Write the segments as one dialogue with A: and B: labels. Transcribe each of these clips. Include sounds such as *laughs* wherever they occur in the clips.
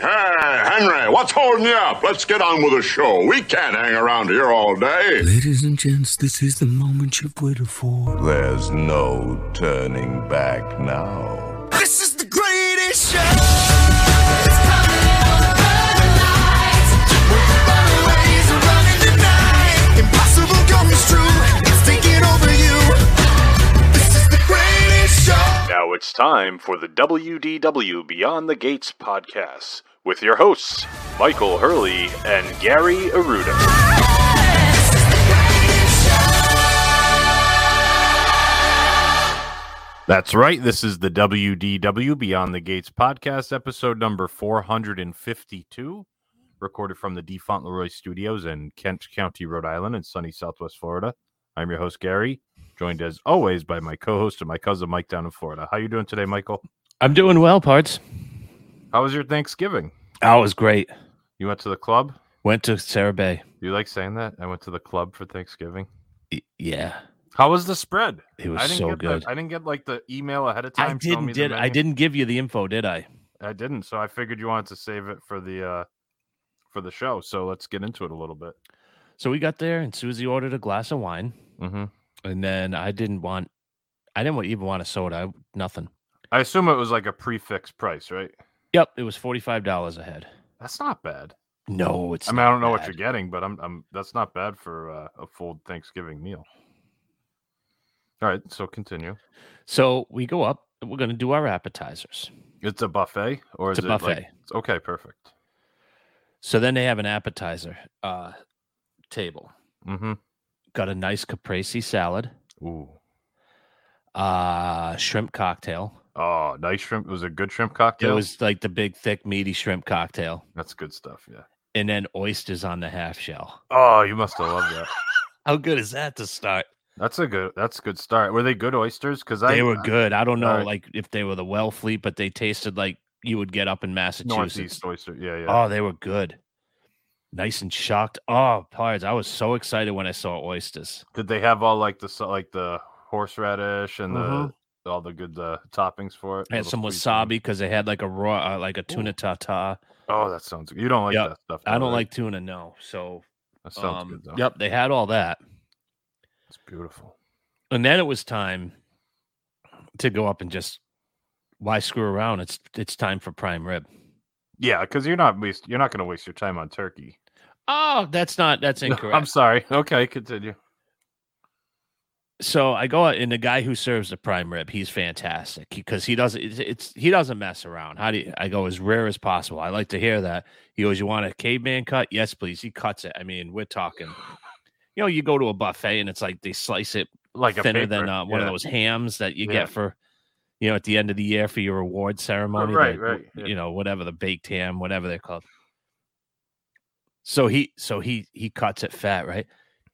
A: Hey, Henry, what's holding you up? Let's get on with the show. We can't hang around here all day.
B: Ladies and gents, this is the moment you've waited for.
C: There's no turning back now.
B: This is the greatest show!
D: Now it's time for the WDW Beyond the Gates podcast with your hosts, Michael Hurley and Gary Aruda. That's right. This is the WDW Beyond the Gates podcast, episode number 452, recorded from the D. Fauntleroy Studios in Kent County, Rhode Island, and sunny Southwest Florida. I'm your host, Gary, joined as always by my co-host and my cousin Mike down in Florida. How you doing today, Michael?
E: I'm doing well, parts.
D: How was your Thanksgiving?
E: That was great.
D: You went to the club?
E: Went to Sarah Bay.
D: You like saying that? I went to the club for Thanksgiving.
E: Y- Yeah,
D: How was the spread?
E: it was
D: I didn't
E: so
D: get the-
E: good.
D: I didn't get like the email ahead of
E: I,
D: time. telling
E: didn't
D: me the
E: did I
D: menu.
E: didn't give you the info, did I?
D: I didn't. So I figured you wanted to save it for the uh for the show. So let's get into it a little bit.
E: So we got there, and Susie ordered a glass of wine,
D: Mm-hmm.
E: and then I didn't want, I didn't wa- even want a soda. I, nothing.
D: I assume it was like a prefix price, right?
E: Yep, it was forty five dollars a head.
D: That's not bad.
E: No, it's.
D: I mean, I don't know what
E: bad.
D: you're getting, but I'm, I'm that's not bad for uh, a full Thanksgiving meal. All right, so continue.
E: So we go up. and We're gonna do our appetizers.
D: It's a buffet, or
E: It's
D: is
E: a
D: it like-
E: buffet.
D: it's- okay, perfect.
E: So then they have an appetizer uh, table.
D: Mm-hmm.
E: Got a nice caprese salad,
D: Ooh,
E: uh, shrimp cocktail.
D: oh, nice shrimp. It was a good shrimp cocktail.
E: It was like the big, thick, meaty shrimp cocktail.
D: That's good stuff. Yeah.
E: and then oysters on the half shell.
D: Oh, you must have loved that.
E: How good is that to start?
D: That's a good. That's a good start. Were they good oysters? Because I
E: they were good. I don't know,
D: alright.
E: like if they were the well fleet, but they tasted like you would get up in Massachusetts.
D: Northeast oyster. Yeah, yeah.
E: Oh, they were good. Nice and shocked. Oh, pards! I was so excited when I saw oysters.
D: Did they have all like the sa- like the horseradish and
E: Mhm.
D: the all the good uh, toppings for it?
E: I had
D: Little
E: some
D: sweet thing?
E: wasabi because they had like a raw, uh, like a tuna tartare.
D: Oh, that sounds. good. You don't like
E: Yep.
D: that stuff.
E: I
D: though,
E: don't
D: right?
E: like tuna, no. So,
D: That sounds
E: um,
D: good though.
E: yep, they had all that,
D: it's beautiful.
E: and then it was time to go up and just why screw around? It's it's time for prime rib.
D: Yeah, because you're not waste. You're not going to waste your time on turkey. *laughs*
E: Oh, that's not that's
D: No,
E: incorrect.
D: I'm sorry. Okay, continue.
E: so I go out and the guy who serves the prime rib, he's fantastic because he, doesn't it's, it's he doesn't mess around. How do you, I go as rare as possible? I like to hear that. He goes, "You want a caveman cut? Yes, please." He cuts it. I mean, we're talking. You know, you go to a buffet and it's like they slice it
D: Like a
E: thinner
D: paper.
E: than uh, one
D: yeah.
E: of those hams that you
D: Yeah.
E: get for you know at the end of the year for your award ceremony
D: right,
E: the-
D: right, yeah.
E: you know whatever the baked ham whatever they're called so he so he he cuts it fat right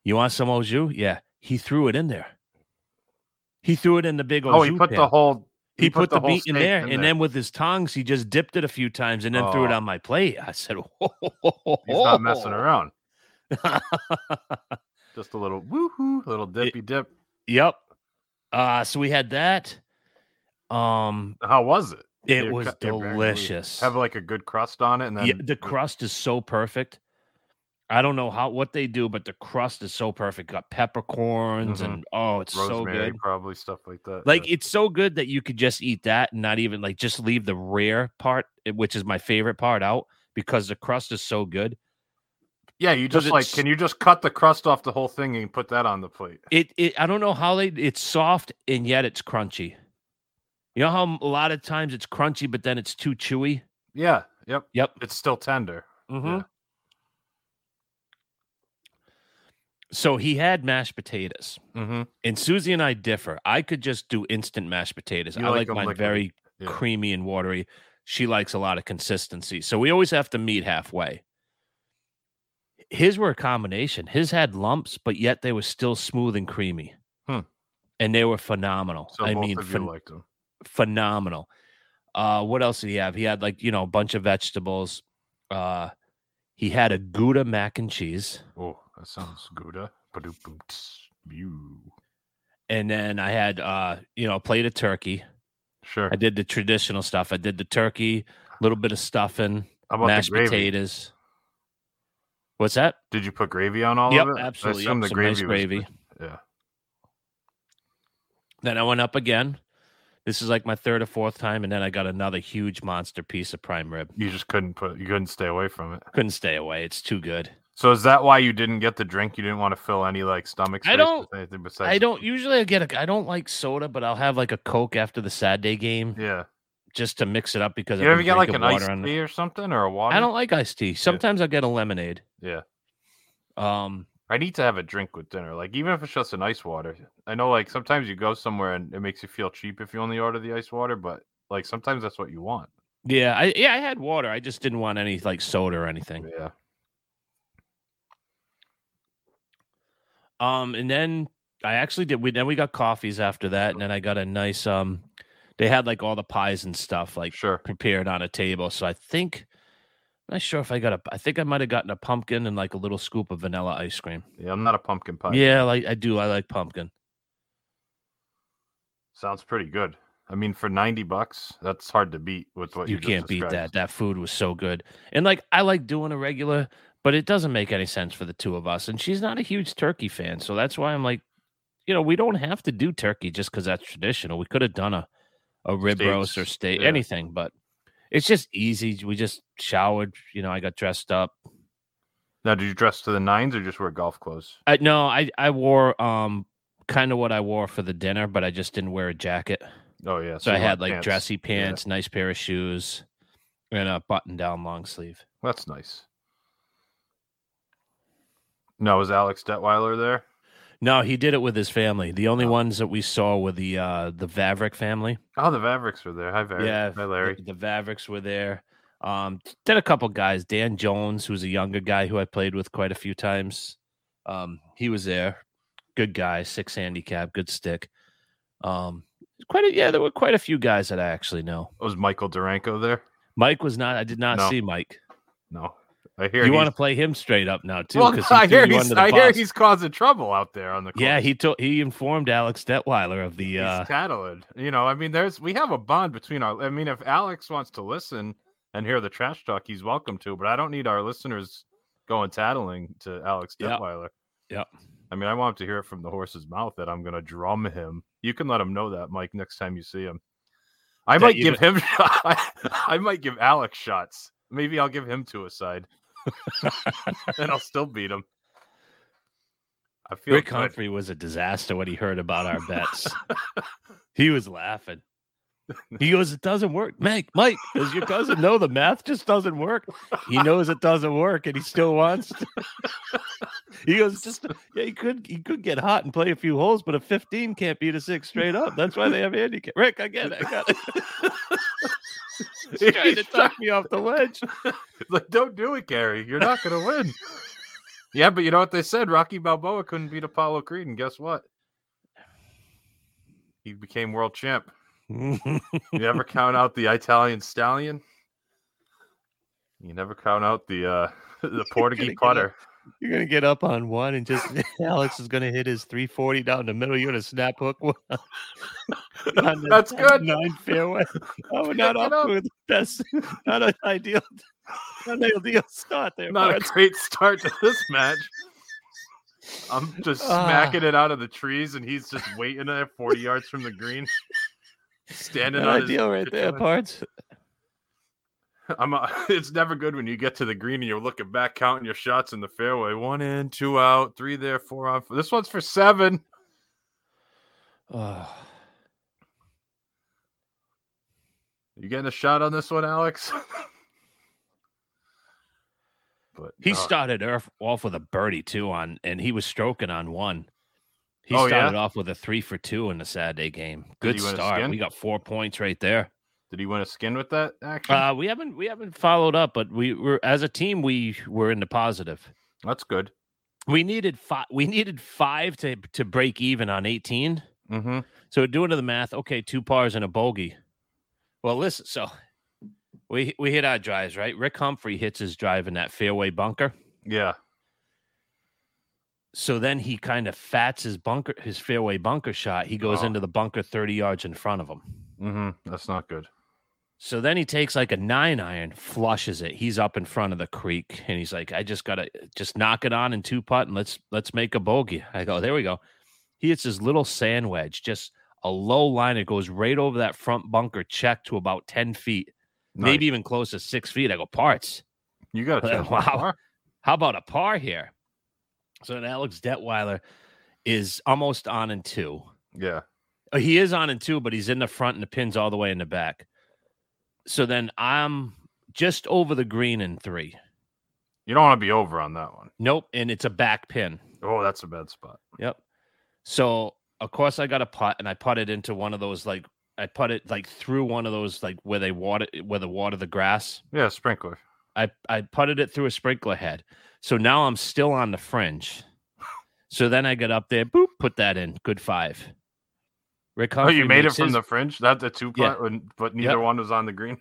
E: you want some au jus yeah he threw it in there he threw it in the big au
D: Oh, he
E: jus
D: put the
E: pan.
D: whole.
E: he, put, the,
D: whole
E: meat in
D: steak
E: there, and then with his tongs he just dipped it a few times and then threw it
D: Oh.
E: on my plate i said *laughs*
D: he's not messing around. Just a little woohoo, little dippy dip.
E: yep uh so we had that um
D: How was it?
E: It
D: Your
E: was
D: cu- your bakery.
E: delicious.
D: Have like a good crust on it, and then
E: yeah, the crust is so perfect. I don't know how what they do, but the crust is so perfect. Got peppercorns
D: Mhm.
E: and oh, it's
D: rosemary,
E: so good.
D: probably stuff like that.
E: Like
D: yeah.
E: it's so good that you could just eat that and not even like just leave the rare part, eh, which is my favorite part, out because the crust is so good.
D: yeah, you
E: 'cause
D: just like
E: it's-
D: can you just cut the crust off the whole thing and put that on the plate?
E: It, it I don't know how they it's soft and yet it's crunchy. You know how a lot of times it's crunchy, but then it's too chewy.
D: Yeah, yep,
E: Yep.
D: it's still tender.
E: Mhm. So he had mashed potatoes.
D: Mm-hmm.
E: And Susie and I differ. I could just do instant mashed potatoes.
D: You
E: I
D: like
E: like,
D: them
E: mine
D: liquidy.
E: very
D: Yeah.
E: creamy and watery. She likes a lot of consistency. So we always have to meet halfway. his were a combination. His had lumps, but yet they were still smooth and creamy.
D: Hmm.
E: And they were phenomenal.
D: So
E: I
D: both
E: mean,
D: of
E: phen-
D: you liked them.
E: phenomenal. Uh, what else did he have? He had like you know a bunch of vegetables. Uh, he had a Gouda mac and cheese,
D: Oh, that sounds good. uh. Ba-doop-boom, tss, You
E: and then I had uh, you know a plate of turkey.
D: sure?
E: I did the traditional stuff. I did the turkey, a little bit of stuffing,
D: How about
E: mashed
D: the gravy?
E: potatoes. What's that?
D: Did you put gravy on all
E: yep,
D: of it? I
E: absolutely.
D: assume
E: Yep, some nice
D: was-
E: gravy.
D: Yeah.
E: Then I went up again. This is like my third or fourth time, and then I got another huge monster piece of prime rib.
D: You just couldn't put. You couldn't stay away from it.
E: Couldn't stay away. It's too good.
D: So is that why you didn't get the drink? You didn't want to fill any like stomach.
E: I
D: space
E: don't-
D: with anything besides.
E: I don't usually I get a. I don't like soda, but I'll have like a Coke after the sad day game
D: Yeah.
E: just to mix it up because
D: You
E: I've
D: ever
E: been
D: get like an
E: drinking
D: iced
E: water on the-
D: tea or something or a water?
E: I don't like iced tea. Sometimes I'll get a lemonade.
D: Yeah.
E: Um.
D: I need to have a drink with dinner. Like even if it's just an ice water. I know like sometimes you go somewhere and it makes you feel cheap if you only order the ice water, but like sometimes that's what you want.
E: Yeah. I yeah I had water. I just didn't want any like soda or anything.
D: Yeah.
E: Um, and then I actually did. We then we got coffees after that, and then I got a nice. Um, they had like all the pies and stuff like
D: Sure.
E: prepared on a table. So I think, I'm not sure if I got a. I think I might have gotten a pumpkin and like a little scoop of vanilla ice cream.
D: Yeah, I'm not a pumpkin pie.
E: Yeah, like I do. I like pumpkin.
D: Sounds pretty good. I mean, for 90 bucks, that's hard to beat with what you,
E: you
D: just
E: can't beat that.
D: described.
E: That food was so good, and like I like doing a regular, but it doesn't make any sense for the two of us. And she's not a huge turkey fan, so that's why I'm like, you know, we don't have to do turkey just because that's traditional. We could have done a a rib roast or
D: Steaks,
E: steak,
D: yeah.
E: anything, but it's just easy. We just showered. You know, I got dressed up.
D: Now, did you dress to the nines or just wear golf clothes?
E: I no, I I wore um kind of what I wore for the dinner, but I just didn't wear a jacket.
D: Oh, yeah.
E: So I
D: you want
E: had like
D: pants.
E: dressy
D: Yeah,
E: pants, nice pair of shoes, and a button down long sleeve.
D: that's nice. No, was Alex Detweiler there?
E: No, he did it with his family. The only
D: Oh.
E: ones that we saw were the uh the Vavrick family.
D: Oh, the Mavericks were there. Hi, Larry.
E: Yeah,
D: Hi,
E: the-
D: Larry.
E: The, Vavricks were there. Um, then a couple guys, Dan Jones, who's a younger guy who I played with quite a few times. Um, he was there. Good guy, six handicap, good stick. Um, quite a yeah, there were quite a few guys that I actually know.
D: Was Oh, Michael Duranko there?
E: Mike was not. I did not
D: No.
E: see Mike.
D: No. I hear
E: you
D: he's-
E: want to play him straight up now too?
D: *laughs* Well,
E: 'cause he
D: *laughs* I,
E: threw
D: hear
E: you
D: he's,
E: under the
D: I hear
E: bus.
D: he's causing trouble out there on the course.
E: Yeah, he told he informed Alex Detweiler of the.
D: he's
E: Uh,
D: tattling. You know, I mean, there's we have a bond between our. I mean, if Alex wants to listen and hear the trash talk, he's welcome to. But I don't need our listeners going tattling to Alex
E: Yeah.
D: Detweiler.
E: Yeah.
D: I mean, I want to hear it from the horse's mouth that I'm going to drum him. You can let him know that, Mike, next time you see him. I
E: That
D: might
E: you
D: give him. *laughs* I might give Alex shots. Maybe I'll give him two
E: *laughs*
D: aside, *laughs* and I'll still beat him. I feel
E: Rick
D: good.
E: Humphrey was a disaster when he heard about our
D: *laughs*
E: bets. he was laughing. He goes, "It doesn't work, Mike. Mike, does your cousin know the math just doesn't work? He knows it doesn't work, and he still wants." To. *laughs* he goes, "Just yeah, he could he could get hot and play a few holes, but a fifteen can't beat a six straight up. That's why they have handicap." Rick, I get it. I got it. *laughs* He's
D: *laughs*
E: trying to
D: He's trying-
E: talk me off the ledge. *laughs*
D: *laughs* like, don't do it, Gary. You're not going to win. yeah, but you know what they said? Rocky Balboa couldn't beat Apollo Creed, and guess what? He became world champ. You never count out the Italian stallion. You never count out the uh, *laughs* the Portuguese
E: give up.
D: putter.
E: You're gonna get up on one and just *laughs* Alex is gonna hit his 340 down the middle. You're gonna snap hook
D: *laughs*
E: one. *laughs* on the-
D: That's
E: on the
D: good.
E: Nine
D: *laughs*
E: fairway. Oh, not
D: Pick
E: off
D: it up.
E: *laughs* to the best. Not an ideal. Not an ideal start there.
D: Not a *laughs*
E: Lawrence.
D: great start to this match. I'm just smacking it out of the trees, and he's just waiting there 40 yards from the green, standing
E: Not
D: on his
E: ideal right there, parts.
D: I'm. Uh, *laughs* it's never good when you get to the green and you're looking back, counting your shots in the fairway. One in, two out, three there, four on. Four. This one's for seven.
E: Oh,
D: You getting a shot on this one, Alex? *laughs* but uh,
E: he
D: no.
E: started off- off with a birdie too on, and he was stroking on one. He
D: Oh, yeah?
E: started off with a three for two in the Saturday game. Good
D: Did he win a
E: start.
D: skin?
E: We got four points right there.
D: Did he win a skin with that action?
E: Uh, we haven't we haven't followed up, but we were as a team we were in the positive.
D: That's good.
E: We needed five. We needed five to to break even on eighteen.
D: Mm-hmm.
E: So doing to the math, okay, two pars and a bogey. Well, listen, so we we hit our drives, right? Rick Humphrey hits his drive in that fairway bunker.
D: Yeah.
E: So then he kind of fats his bunker, his fairway bunker shot. He goes
D: Oh.
E: into the bunker thirty yards in front of him.
D: Mm-hmm. That's not good.
E: So then he takes like a nine iron, flushes it. He's up in front of the creek, and he's like, "I just gotta just knock it on and two putt, and let's let's make a bogey." I go, "There we go." He hits his little sand wedge, just a low line. It goes right over that front bunker, check to about ten feet, maybe even close to six feet. I go, "Parts, *laughs*
D: you got to
E: Uh,
D: check. the
E: wow.
D: car.
E: how about a par here?" So then Alex Detweiler is almost on and two.
D: Yeah.
E: Uh, He is on in two, but he's in the front and the pins all the way in the back. So then I'm just over the green in three.
D: You don't want to be over on that one.
E: Nope, and it's a back pin.
D: Oh, that's a bad spot.
E: Yep. So of course I got a putt, and I putted into one of those like I put it like through one of those like where they water where they water the grass.
D: Yeah, sprinkler.
E: I I putted it through a sprinkler head. So now I'm still on the fringe. So then I get up there, boop, put that in. Good five. Rick
D: Oh,
E: Humphrey
D: you made it
E: makes
D: from
E: his-
D: the fringe. That the two
E: Yeah.
D: putt, when- but neither
E: Yep.
D: one was on the green.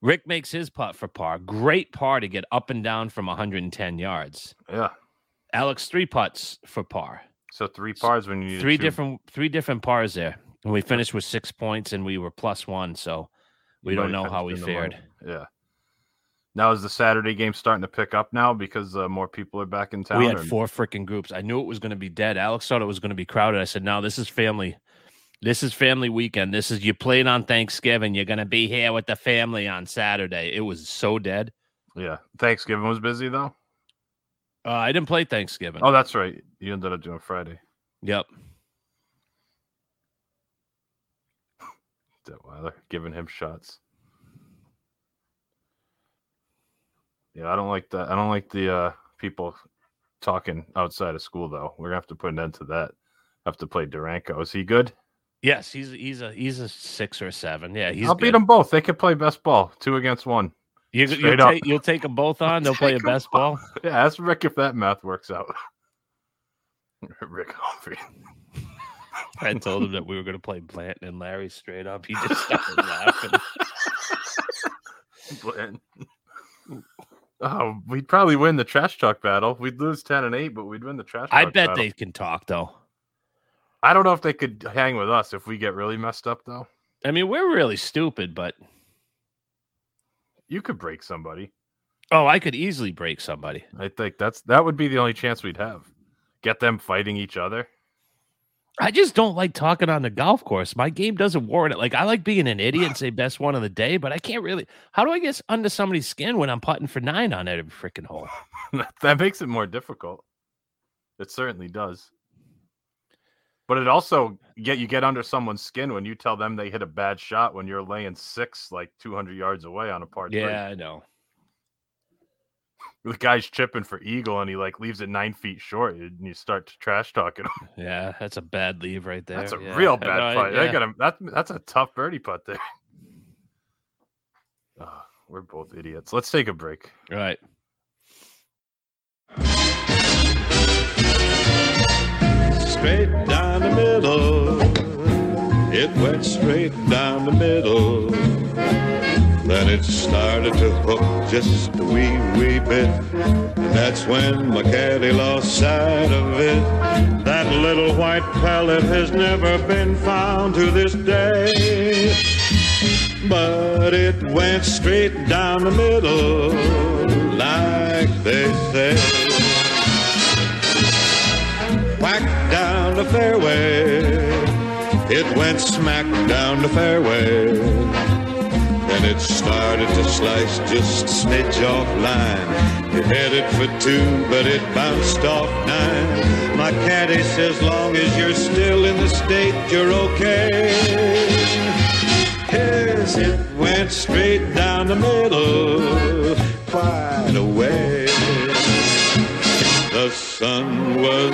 E: Rick makes his putt for par. Great par to get up and down from 110 yards.
D: Yeah.
E: Alex three putts for par.
D: So three pars when you needed
E: Three
D: two.
E: different three different pars there. And we finished with six points and we were plus one, so we
D: You
E: don't
D: might
E: know
D: have
E: how we
D: finished in the money.
E: fared.
D: Yeah. Now is the Saturday game starting to pick up now because uh, more people are back in town.
E: We had
D: or-
E: four freaking groups. I knew it was going to be dead. Alex thought it was going to be crowded. I said, "No, this is family. This is family weekend. This is you played on Thanksgiving. You're going to be here with the family on Saturday." It was so dead.
D: Yeah. Thanksgiving was busy though.
E: Uh, I didn't play Thanksgiving.
D: Oh, that's right. You ended up doing Friday.
E: yep.
D: Detweiler giving him shots. Yeah, I don't like that. I don't like the uh, people talking outside of school though. We're gonna have to put an end to that. Have to play Duranko. Is he good?
E: Yes, he's he's a he's a six or a seven. Yeah, he's
D: I'll
E: good.
D: beat them both. They could play best ball, two against one. *laughs*
E: You,
D: straight
E: you'll,
D: up.
E: take, you'll take them both on. They'll play a
D: *laughs* Take 'em
E: best ball. *laughs*
D: Yeah, ask Rick if that math works out. *laughs* Rick Humphrey.
E: I told him that we were going to play Blanton and Larry straight up. He
D: *laughs*
E: just started laughing.
D: Blanton. Oh, we'd probably win the trash talk battle. We'd lose ten and eight, but we'd win the trash.
E: I
D: talk
E: bet
D: battle.
E: they can talk though.
D: I don't know if they could hang with us if we get really messed up, though.
E: I mean, we're really stupid, but
D: You could break somebody.
E: oh, I could easily break somebody.
D: I think that's that would be the only chance we'd have. Get them fighting each other. *laughs*
E: I just don't like talking on the golf course. My game doesn't warrant it. Like I like being an idiot
D: *sighs*
E: and say best one of the day, but I can't really. How do I get under somebody's skin when I'm putting for nine on every freaking hole?
D: that makes it more difficult. It certainly does. But it also get you get under someone's skin when you tell them they hit a bad shot when you're laying six like 200 yards away on a par three.
E: Yeah, I know.
D: The guy's chipping for eagle and he like leaves it nine feet short, and you start to trash talking. him. *laughs*
E: Yeah, that's a bad leave right there.
D: That's a
E: Yeah,
D: *laughs* real
E: I
D: bad
E: know,
D: putt. They
E: yeah.
D: got a- that- that's a tough birdie putt there. *laughs* Ah, we're both idiots. Let's take a break.
E: Right.
F: straight down the middle. It went straight down the middle. Then it started to hook just a wee, wee bit. And that's when my caddy lost sight of it. That little white pellet has never been found to this day. But it went straight down the middle, like they say whack down the fairway. It went smack down the fairway. Then it started to slice just a smidge off line. It headed for two, but it bounced off nine. My caddy says, long as you're still in the state, you're okay. Yes, it went straight down the middle, quite away. The sun was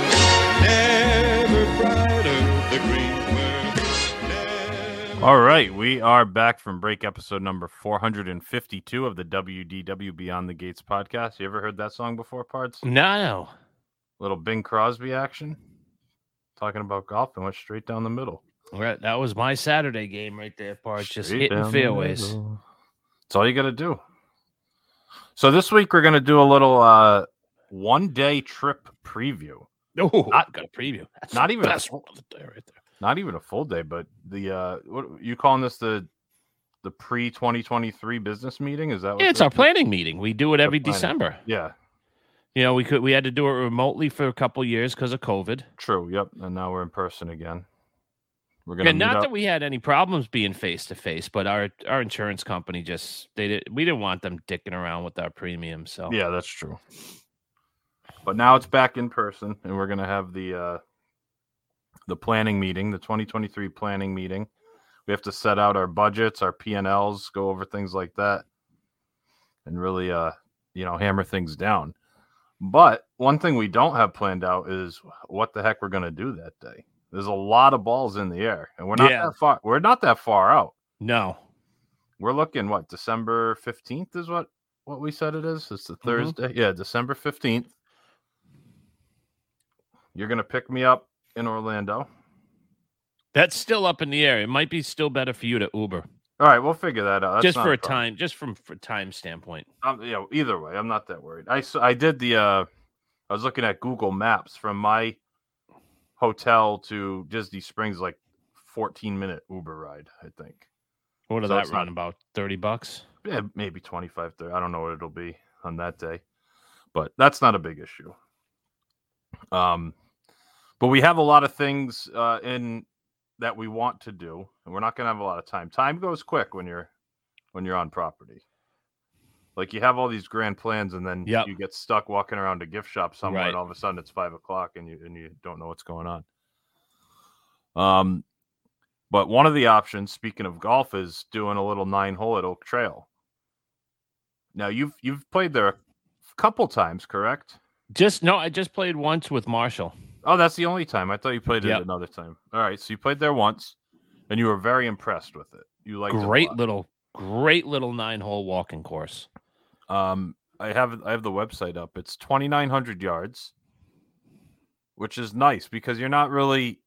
F: never brighter, the green were never
D: All right, we are back from break episode number 452 of the WDW Beyond the Gates podcast. You ever heard that song before, Parts?
E: No,
D: Little Bing Crosby action. Talking about golf and went straight down the middle.
E: Right, that was my Saturday game right there, Parts. Just
D: Straight
E: hitting
D: down the
E: fairways.
D: middle. That's all you got to do. So this week we're going to do a little uh, one-day trip preview.
E: No, I got a preview. That's
D: Not
E: the
D: even a-
E: best one of the day right there.
D: Not even a full day, but the uh, what you calling this the the pre 2023 business meeting? Is that what
E: Yeah, it's
D: this-
E: our planning meeting. We do it every
D: planning.
E: December.
D: Yeah,
E: You know, we could we had to do it remotely for a couple years because of COVID.
D: true. Yep, and now we're in person again. We're gonna
E: And
D: meet
E: not
D: up.
E: that we had any problems being face to face, but our our insurance company just they did we didn't want them dicking around with our premium. So
D: Yeah, that's true. But now it's back in person, and we're gonna have the uh, the planning meeting, the 2023 planning meeting. We have to set out our budgets, our P and Ls, go over things like that, and really, uh, you know, hammer things down. But one thing we don't have planned out is what the heck we're gonna do that day. There's a lot of balls in the air, and we're not
E: Yeah.
D: that far. We're not that far out.
E: no,
D: We're looking what December 15th is what what we said it is. It's the
E: Mm-hmm.
D: Thursday. Yeah, December 15th. You're going to pick me up in Orlando.
E: that's still up in the air. It might be still better for you to Uber
D: All right, we'll figure that out. That's
E: just
D: not
E: for a
D: problem.
E: time, just from for time standpoint.
D: Um, yeah, either way, I'm not that worried. I s- I did the uh I was looking at Google Maps from my hotel to Disney Springs like 14 minute Uber ride, I think.
E: What did
D: So
E: that
D: it's not-
E: run about thirty bucks?
D: yeah, maybe 25 30 i don't know what it'll be on that day but that's not a big issue um but we have a lot of things uh in that we want to do and we're not going to have a lot of time time goes quick when you're when you're on property like you have all these grand plans and then
E: Yep.
D: you get stuck walking around a gift shop somewhere
E: Right.
D: and all of a sudden it's five o'clock and you and you don't know what's going on um but one of the options, speaking of golf, is doing a little nine hole at Oak Trail. Now you've you've played there a couple times, correct?
E: Just no, I just played once with Marshall.
D: Oh, that's the only time. I thought you played it
E: Yep.
D: another time. All right, so you played there once, and you were very impressed with it. You liked
E: Great
D: it.
E: little, great little nine hole walking course.
D: Great. Um, I have I have the website up. It's twenty nine hundred yards, which is nice because you're not really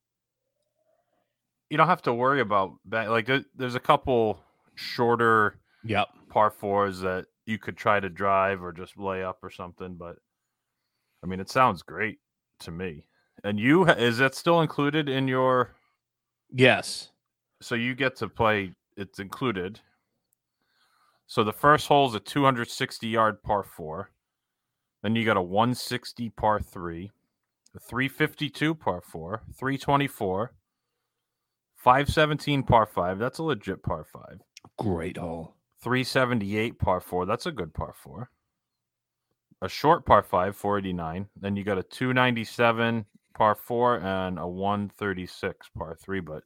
D: you don't have to worry about that. Like there- there's a couple shorter
E: Yep.
D: par fours that you could try to drive or just lay up or something. But I mean, it sounds great to me. And you ha- is that still included in your?
E: Yes.
D: So you get to play. It's included. So the first hole is a 260 yard par four. Then you got a 160 par three, a 352 par four, 324, 517 par five. That's a legit par five.
E: Great hole.
D: 378 par 4. That's a good par 4. A short par 5, 489. Then you got a 297 par 4 and a 136 par 3, but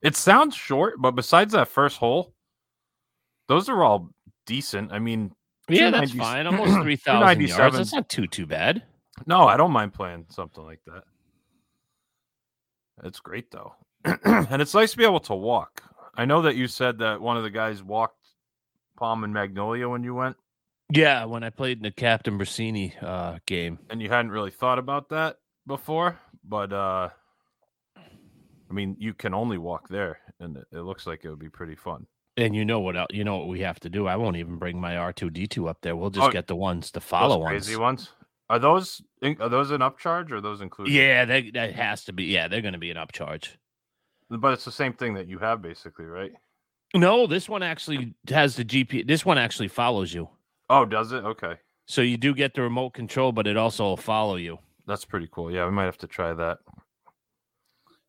D: it sounds short, but besides that first hole, those are all decent. I mean,
E: Yeah, that's
D: 290
E: *clears throat* fine. Almost three thousand yards.
D: 297.
E: That's not too too bad.
D: no, I don't mind playing something like that. It's great though. *clears throat* and it's nice to be able to walk. I know that you said that one of the guys walked Palm and Magnolia when you went.
E: Yeah, when I played in the Captain Bracini uh, game.
D: and you hadn't really thought about that before, but uh I mean, you can only walk there, and it, it looks like it would be pretty fun.
E: And you know what? el- You know what we have to do. I won't even bring my R two D two up there. We'll just
D: Oh,
E: get the ones, the
D: Those
E: follow ones.
D: crazy ones. Are those in- are those an upcharge or are those included?
E: Yeah, that that has to be. Yeah, they're going to be an upcharge.
D: but it's the same thing that you have basically, right?
E: No, this one actually has the GP. This one actually follows you,
D: Oh, does it? Okay,
E: so you do get the remote control, but it also will follow you.
D: that's pretty cool. Yeah, we might have to try that.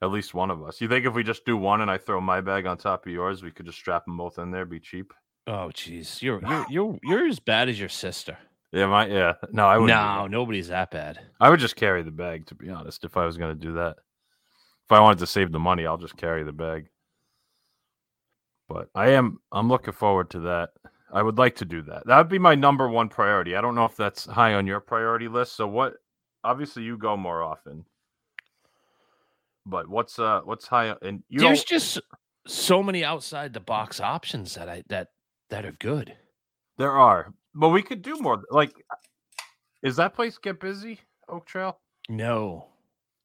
D: At least one of us. You think if we just do one and I throw my bag on top of yours, we could just strap them both in there, be cheap?
E: Oh, jeez, you're you're you're you're as bad as your sister.
D: Yeah, my yeah. No, I would.
E: No, nobody's that bad.
D: I would just carry the bag, to be honest, if I was going to do that. If I wanted to save the money, I'll just carry the bag. But I am I'm looking forward to that. I would like to do that. That would be my number one priority. I don't know if that's high on your priority list. So what obviously you go more often. But what's uh what's high and you
E: There's
D: don't-
E: just so many outside the box options that I that that are good.
D: There are, but we could do more. Like, is that place get busy? Oak Trail.
E: No.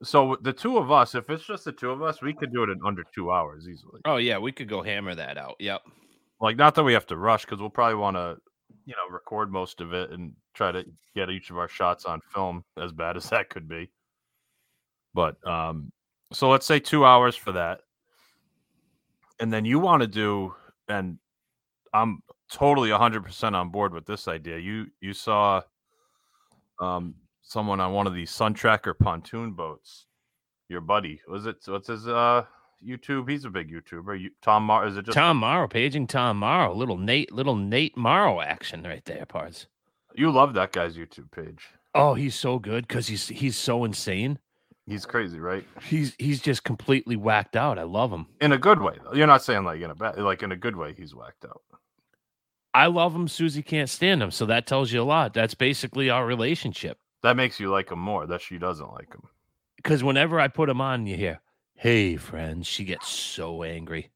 D: So the two of us, if it's just the two of us, we could do it in under two hours easily.
E: Oh yeah, we could go hammer that out. Yep.
D: Like, not that we have to rush because we'll probably want to, you know, record most of it and try to get each of our shots on film, as bad as *laughs* that could be. But um, so let's say two hours for that, and then you want to do, and I'm totally 100 percent on board with this idea. You you saw, um, someone on one of these Sun Tracker pontoon boats. Your buddy was it? What's his uh YouTube? He's a big YouTuber. You, Tom Mar? Is it just
E: Tom Morrow, paging Tom Morrow, little Nate, little Nate Morrow action right there, parts.
D: You love that guy's YouTube page.
E: Oh, he's so good because he's he's so insane.
D: He's crazy, right?
E: He's he's just completely whacked out. I love him.
D: In a good way. Though. You're not saying like in a bad, like in a good way. He's whacked out.
E: I love him. Susie can't stand him, so that tells you a lot. That's basically our relationship.
D: That makes you like him more. That she doesn't like him.
E: Because whenever I put him on, you hear, "Hey, friends," she gets so angry.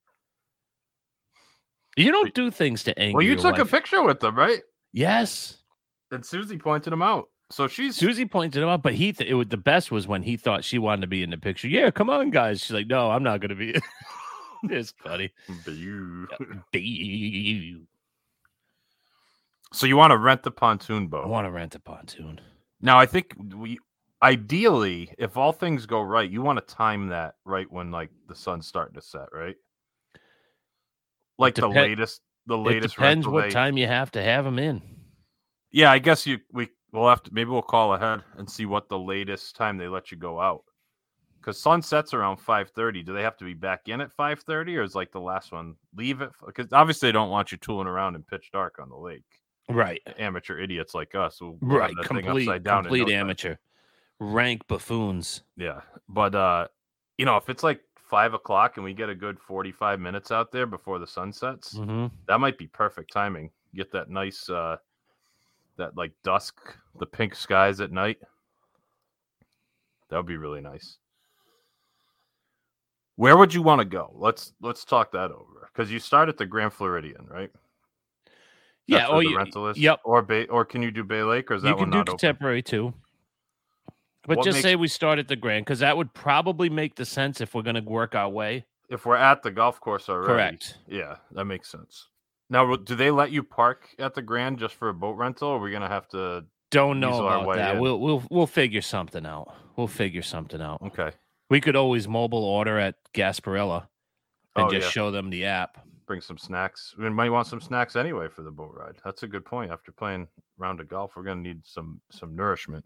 E: You don't do things to anger.
D: Well, you
E: your
D: took a
E: wife.
D: picture with him, right?
E: Yes,
D: And Susie pointed him out. So she's *laughs*
E: Susie pointed him out, but he th- it was the best was when he thought she wanted to be in the picture. Yeah, come on, guys. She's like, "No, I'm not going to be." *laughs* it's funny.
D: you.
E: I
D: So you want to rent the pontoon boat?
E: want to rent a pontoon.
D: Now I think we ideally, if all things go right, you want to time that right when like the sun's starting to set, right? Like the
E: depen-
D: latest, the latest.
E: it depends
D: rental
E: what
D: day.
E: time you have to have them in.
D: Yeah, I guess you we we'll have to maybe we'll call ahead and see what the latest time they let you go out. Because sunsets around five thirty. Do they have to be back in at five thirty, or is like the last one leave it? Because obviously they don't want you tooling around in pitch dark on the lake.
E: Right,
D: Amateur idiots like us, will have
E: right.
D: that thing
E: Complete,
D: upside down in
E: complete
D: no time.
E: amateur, rank buffoons.
D: Yeah. But uh, you know, if it's like five o'clock and we get a good forty five minutes out there before the sun sets,
E: Mm-hmm.
D: that might be perfect timing. Get that nice uh that like dusk, the pink skies at night. That would be really nice. Where would you want to go? Let's let's talk that over. Because you start at the Grand Floridian, right?
E: Yeah.
D: That's
E: Oh,
D: where the
E: you,
D: rental is?
E: yep.
D: Or Bay or can you do Bay Lake or is that
E: you
D: one
E: can do
D: not open?
E: contemporary too. But
D: What
E: just
D: makes-
E: say we start at the Grand because that would probably make the sense if we're going to work our way.
D: If we're at the golf course already,
E: Correct.
D: Yeah, that makes sense. Now, w- do they let you park at the Grand just for a boat rental? Or are we gonna have to?
E: Don't know
D: Weasel our
E: about
D: way
E: that.
D: in.
E: We'll we'll we'll figure something out. We'll figure something out.
D: Okay,
E: We could always mobile order at Gasparilla and
D: Oh,
E: just
D: yeah.
E: show them the app.
D: bring some snacks. We might want some snacks anyway for the boat ride. That's a good point. After playing a round of golf, we're gonna need some some nourishment.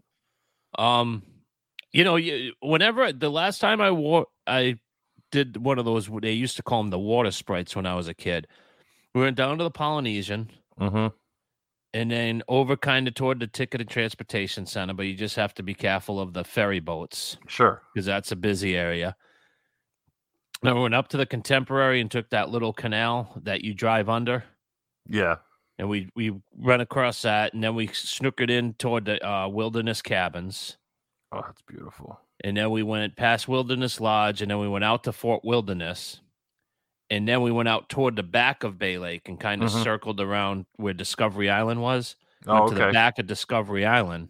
E: Um, you know, you, whenever the last time I wore, I did one of those. They used to call them the water sprites when I was a kid. We went down to the Polynesian
D: Mm-hmm.
E: and then over kind of toward the ticket and transportation center, but you just have to be careful of the ferry boats.
D: Sure.
E: because that's a busy area. Then we went up to the contemporary and took that little canal that you drive under,
D: Yeah.
E: and we we run across that, and then we snookered in toward the uh, wilderness cabins,
D: Oh, that's beautiful.
E: and then we went past Wilderness Lodge, and then we went out to Fort Wilderness, and then we went out toward the back of Bay Lake and kind of
D: Mhm.
E: circled around where Discovery Island was.
D: Oh,
E: went to the
D: okay.
E: back of Discovery Island.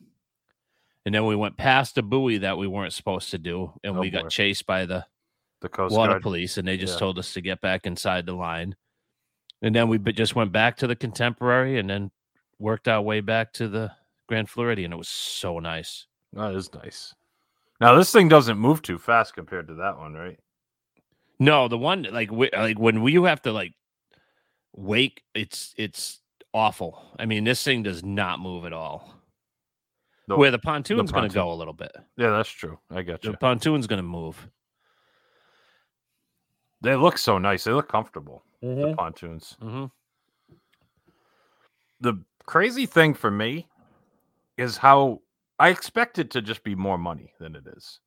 E: And then we went past a buoy that we weren't supposed to do, and
D: Oh,
E: we
D: boy.
E: got chased by the
D: The Coast
E: water
D: Guard.
E: police and they just
D: Yeah.
E: told us to get back inside the line and then we b- just went back to the contemporary and then worked our way back to the grand floridian it was so nice
D: That is nice. Now this thing doesn't move too fast compared to that one, right?
E: no the one like we, like when we, you have to like wake it's it's awful i mean this thing does not move at all
D: The-
E: where the pontoon's going to
D: pontoon.
E: go a little bit
D: Yeah, that's true. I got
E: the
D: you.
E: pontoon's going to move
D: They look so nice. They look comfortable. The pontoons.
E: hmm
D: the crazy thing for me is how I expect it to just be more money than it is.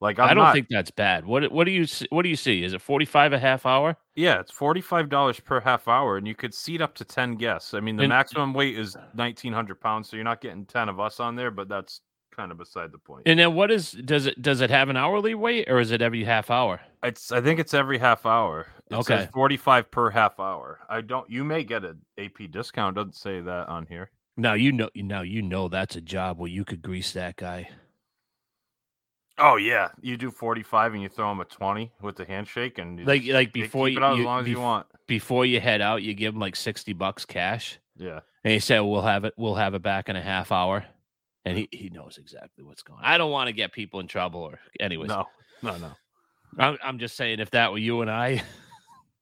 D: Like I'm
E: i don't
D: not-
E: think that's bad what what do you s- what do you see is it 45 a half hour
D: yeah, it's forty five dollars per half hour, and you could seat up to ten guests. I mean, the
E: And-
D: maximum weight is nineteen hundred pounds, so you're not getting ten of us on there, but that's kind of beside the point.
E: and then what is does it does it have an hourly rate or is it every half hour
D: It's I think it's every half hour. It
E: Okay.
D: says 45 per half hour. I don't you may get an AP discount. Doesn't say that on here.
E: Now you know. Now you know that's a job where you could grease that guy.
D: Oh yeah. You do 45 and you throw him a 20 with the handshake and you
E: Like
D: just-
E: like
D: they
E: before
D: keep
E: you,
D: it out
E: you-
D: as long as you
E: bef-
D: want.
E: before you head out, you give him like sixty bucks cash,
D: Yeah.
E: and he said, "We'll have it. We'll have it back in a half hour." And he, he knows exactly what's going. on. I don't want to get people in trouble or anyways.
D: No. No, no.
E: I'm, I'm just saying, if that were you and I, *laughs*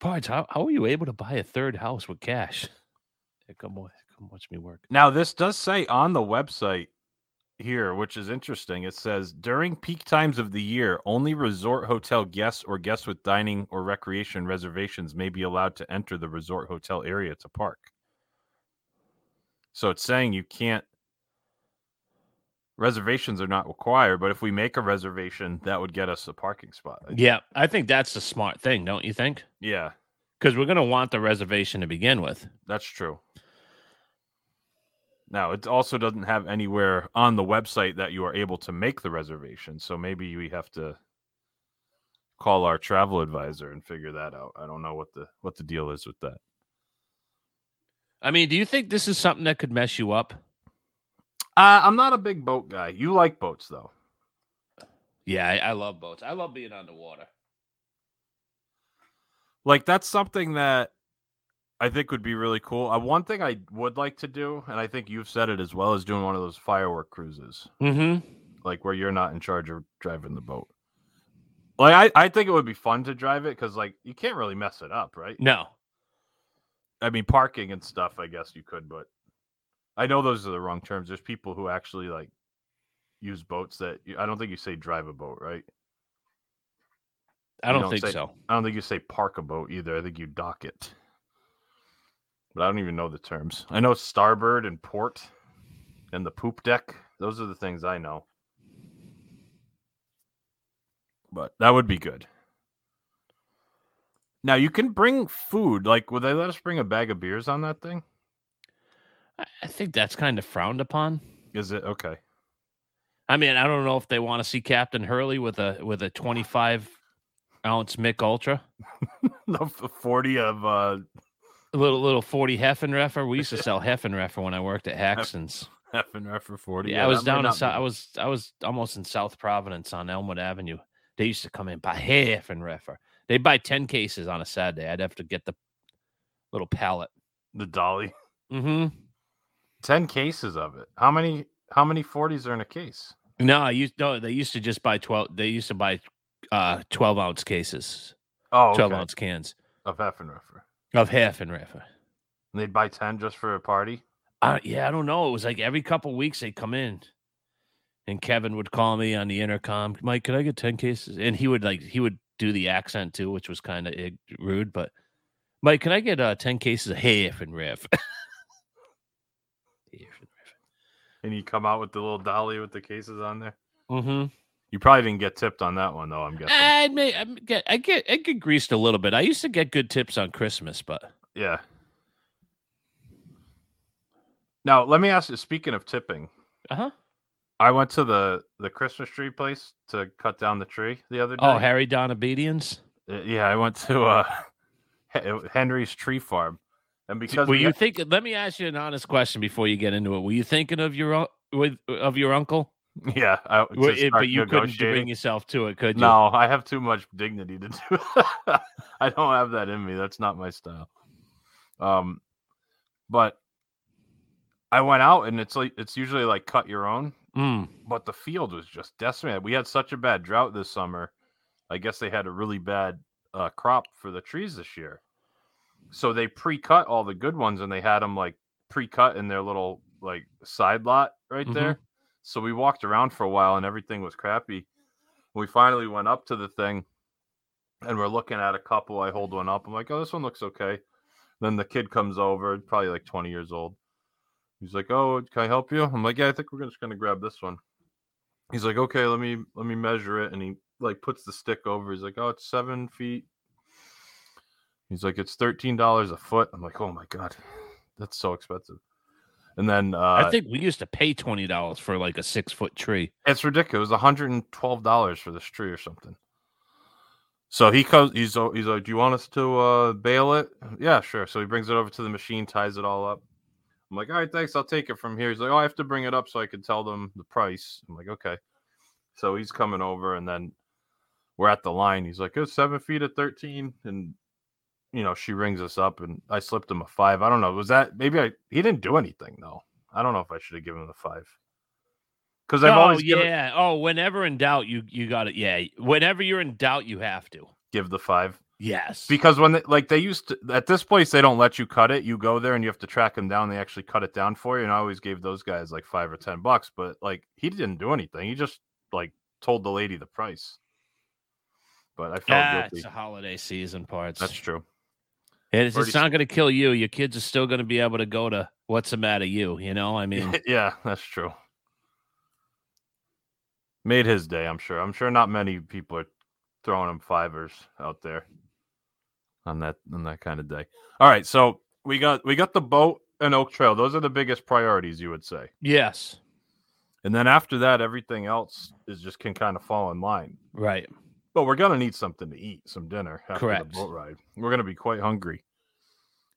E: parts, how, how are you able to buy a third house with cash? Yeah, come on, come watch me work.
D: Now, this does say on the website here, which is interesting. It says during peak times of the year, only resort hotel guests or guests with dining or recreation reservations may be allowed to enter the resort hotel area to park. So it's saying you can't. Reservations are not required, but if we make a reservation, that would get us a parking spot.
E: Yeah, I think that's the smart thing, don't you think?
D: Yeah,
E: Because we're gonna want the reservation to begin with.
D: That's true. Now, it also doesn't have anywhere on the website that you are able to make the reservation. So maybe we have to call our travel advisor and figure that out. I don't know what the what the deal is with that.
E: I mean, do you think this is something that could mess you up?
D: Uh, I'm not a big boat guy. You like boats though.
E: Yeah, I, I love boats. I love being underwater.
D: Like that's something that I think would be really cool. Uh, one thing I would like to do, and I think you've said it as well, is doing one of those firework cruises.
E: Mm-hmm.
D: like where you're not in charge of driving the boat. Like I, I think it would be fun to drive it because like you can't really mess it up, right?
E: No.
D: I mean parking and stuff, I guess you could, but I know those are the wrong terms. There's people who actually like use boats that you, I don't think you say drive a boat, right?
E: I
D: You
E: don't,
D: don't
E: think
D: say-
E: so.
D: I don't think you say park a boat either. I think you dock it. But I don't even know the terms. I know starboard and port and the poop deck. Those are the things I know. But that would be good. Now you can bring food. Like, would they let us bring a bag of beers on that thing?
E: I, I think that's kind of frowned upon.
D: Is it okay? *laughs*
E: I mean, I don't know if they want to see Captain Hurley with a with a 25 ounce Mick Ultra,
D: The f- forty of uh
E: a little little 40 Heffenreffer. We used to sell Heffenreffer when I worked at Haxton's.
D: F and F for forty.
E: Yeah, I was
D: that may
E: down in
D: not
E: South,
D: be-
E: I was I was almost in South Providence on Elmwood Avenue. They used to come in by Heffenreffer. They buy 10 cases on a Saturday. I'd have to get the little pallet.
D: the dolly.
E: Mm-hmm.
D: Ten cases of it. How many? How many forties are in a case?
E: No, I used no. They used to just buy twelve. They used to buy uh twelve ounce cases,
D: Oh,
E: twelve
D: okay.
E: ounce cans
D: of Heffenreffer.
E: of half and raffer.
D: And they'd buy 10 just for a party.
E: Uh, yeah, I don't know. It was like every couple weeks they come in, and Kevin would call me on the intercom. Mike, can I get ten cases? And he would like he would do the accent too, which was kind of rude. But Mike, can I get uh ten cases of half and *laughs* raffer?
D: And you come out with the little dolly with the cases on there.
E: mm-hmm.
D: You probably didn't get tipped on that one, though, I'm guessing.
E: I may I get I get I get greased a little bit. I used to get good tips on Christmas, but
D: yeah. Now, let me ask you speaking of tipping,
E: uh huh.
D: I went to the, the Christmas tree place to cut down the tree the other day.
E: Oh, Harry Don obedience.
D: Uh, yeah, I went to uh, *laughs* Hen- Henry's Tree Farm. And because
E: Were
D: we-
E: you thinking? Let me ask you an honest question before you get into it. Were you thinking of your un- with of your uncle?
D: *laughs* yeah, I, to
E: Were- it-
D: start
E: but you couldn't
D: negotiating.
E: bring yourself to it, could you?
D: No, I have too much dignity to do. *laughs* that. I don't have that in me. That's not my style. Um, but I went out and it's like it's usually like cut your own,
E: Mm.
D: but the field was just decimated. We had such a bad drought this summer. I guess they had a really bad uh, crop for the trees this year, so they pre-cut all the good ones and they had them like pre-cut in their little like side lot right
E: Mhm.
D: there. So we walked around for a while and everything was crappy. We finally went up to the thing and we're looking at a couple. I hold one up. I'm like, oh, this one looks okay. Then the kid comes over, probably like 20 years old. He's like, oh, can I help you? I'm like, yeah, I think we're just gonna grab this one. He's like, okay, let me let me measure it, and he like puts the stick over. He's like, oh, it's seven feet. He's like, it's thirteen dollars a foot. I'm like, oh my god, that's so expensive. And then uh,
E: I think we used to pay twenty dollars for like a six foot tree.
D: it's ridiculous. It was $112 for this tree or something. So he comes. He's al- he's like, "Do you want us to uh, bail it?" Yeah, sure. So he brings it over to the machine, ties it all up. I'm like, "All right, thanks. I'll take it from here." He's like, "Oh, I have to bring it up so I can tell them the price." I'm like, "Okay." So he's coming over, and then we're at the line. He's like, "It's seven feet at 13. and you know she rings us up, and I slipped him a five. I don't know. Was that maybe I? He didn't do anything though. I don't know if I should have given him the five because I've
E: Oh
D: always given-
E: yeah. Oh, whenever in doubt, you you got it. Yeah. Whenever you're in doubt, you have to.
D: give the five.
E: Yes.
D: because when they, like they used to at this place they don't let you cut it you go there and you have to track them down they actually cut it down for you and i always gave those guys like five or ten bucks but like he didn't do anything he just like told the lady the price but i felt
E: Ah, it's
D: guilty
E: a holiday season parts.
D: that's true
E: And it's,
D: Already
E: it's not going to kill you. Your kids are still going to be able to go to what's the matter you. You know, I
D: *laughs*
E: mean,
D: yeah that's true made his day i'm sure i'm sure not many people are throwing him fivers out there on that on that kind of day all right so we got we got the boat and oak trail those are the biggest priorities you would say
E: yes,
D: And then after that, everything else is just can kind of fall in line.
E: right.
D: But we're gonna need something to eat, some dinner after
E: Correct.
D: the boat ride. We're gonna be quite hungry.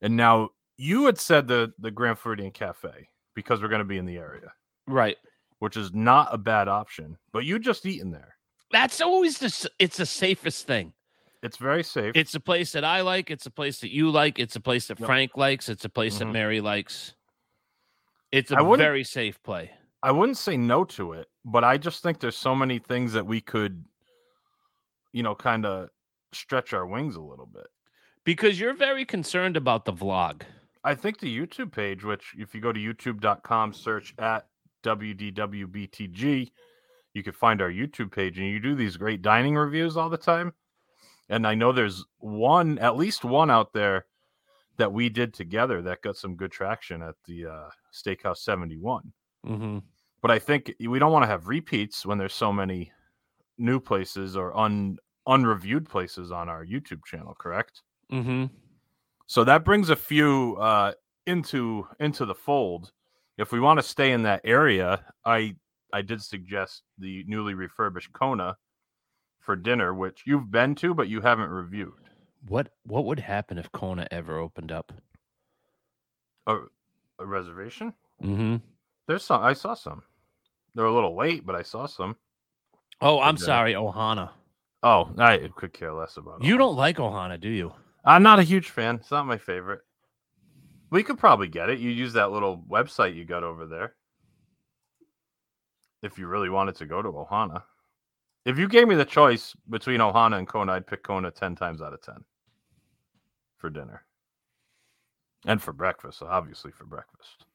D: And now you had said the the Grand Floridian Cafe because we're gonna be in the area,
E: Right.
D: which is not a bad option. But you just eaten there.
E: That's always the, s- it's the safest thing.
D: It's very safe.
E: It's a place that I like. It's a place that you like. It's a place that
D: Yep.
E: Frank likes. It's a place
D: Mhm.
E: that Mary likes. It's
D: I
E: a
D: wouldn't-
E: very safe play.
D: I wouldn't say no to it, but I just think there's so many things that we could, you know, kind of stretch our wings a little bit.
E: Because you're very concerned about the vlog.
D: I think the YouTube page, which if you go to youtube.com, search at WDWBTG, you can find our YouTube page and you do these great dining reviews all the time. And I know there's one, at least one out there that we did together that got some good traction at the uh, Steakhouse 71.
E: Mm-hmm.
D: But I think we don't want to have repeats when there's so many new places or un unreviewed places on our YouTube channel, correct?
E: Mm-hmm.
D: So that brings a few uh, into into the fold. If we want to stay in that area, I I did suggest the newly refurbished Kona for dinner, which you've been to but you haven't reviewed.
E: What what would happen if Kona ever opened up?
D: A, a reservation?
E: Mm-hmm.
D: There's some. I saw some. They're a little late, but I saw some.
E: Oh, I'm sorry,
D: Exactly.
E: Ohana.
D: Oh, I could care less about.
E: You
D: all.
E: don't like Ohana, do you?
D: I'm not a huge fan. It's not my favorite. We could probably get it. You use that little website you got over there. If you really wanted to go to Ohana. If you gave me the choice between Ohana and Kona, I'd pick Kona 10 times out of 10 for dinner. And for breakfast, obviously for breakfast.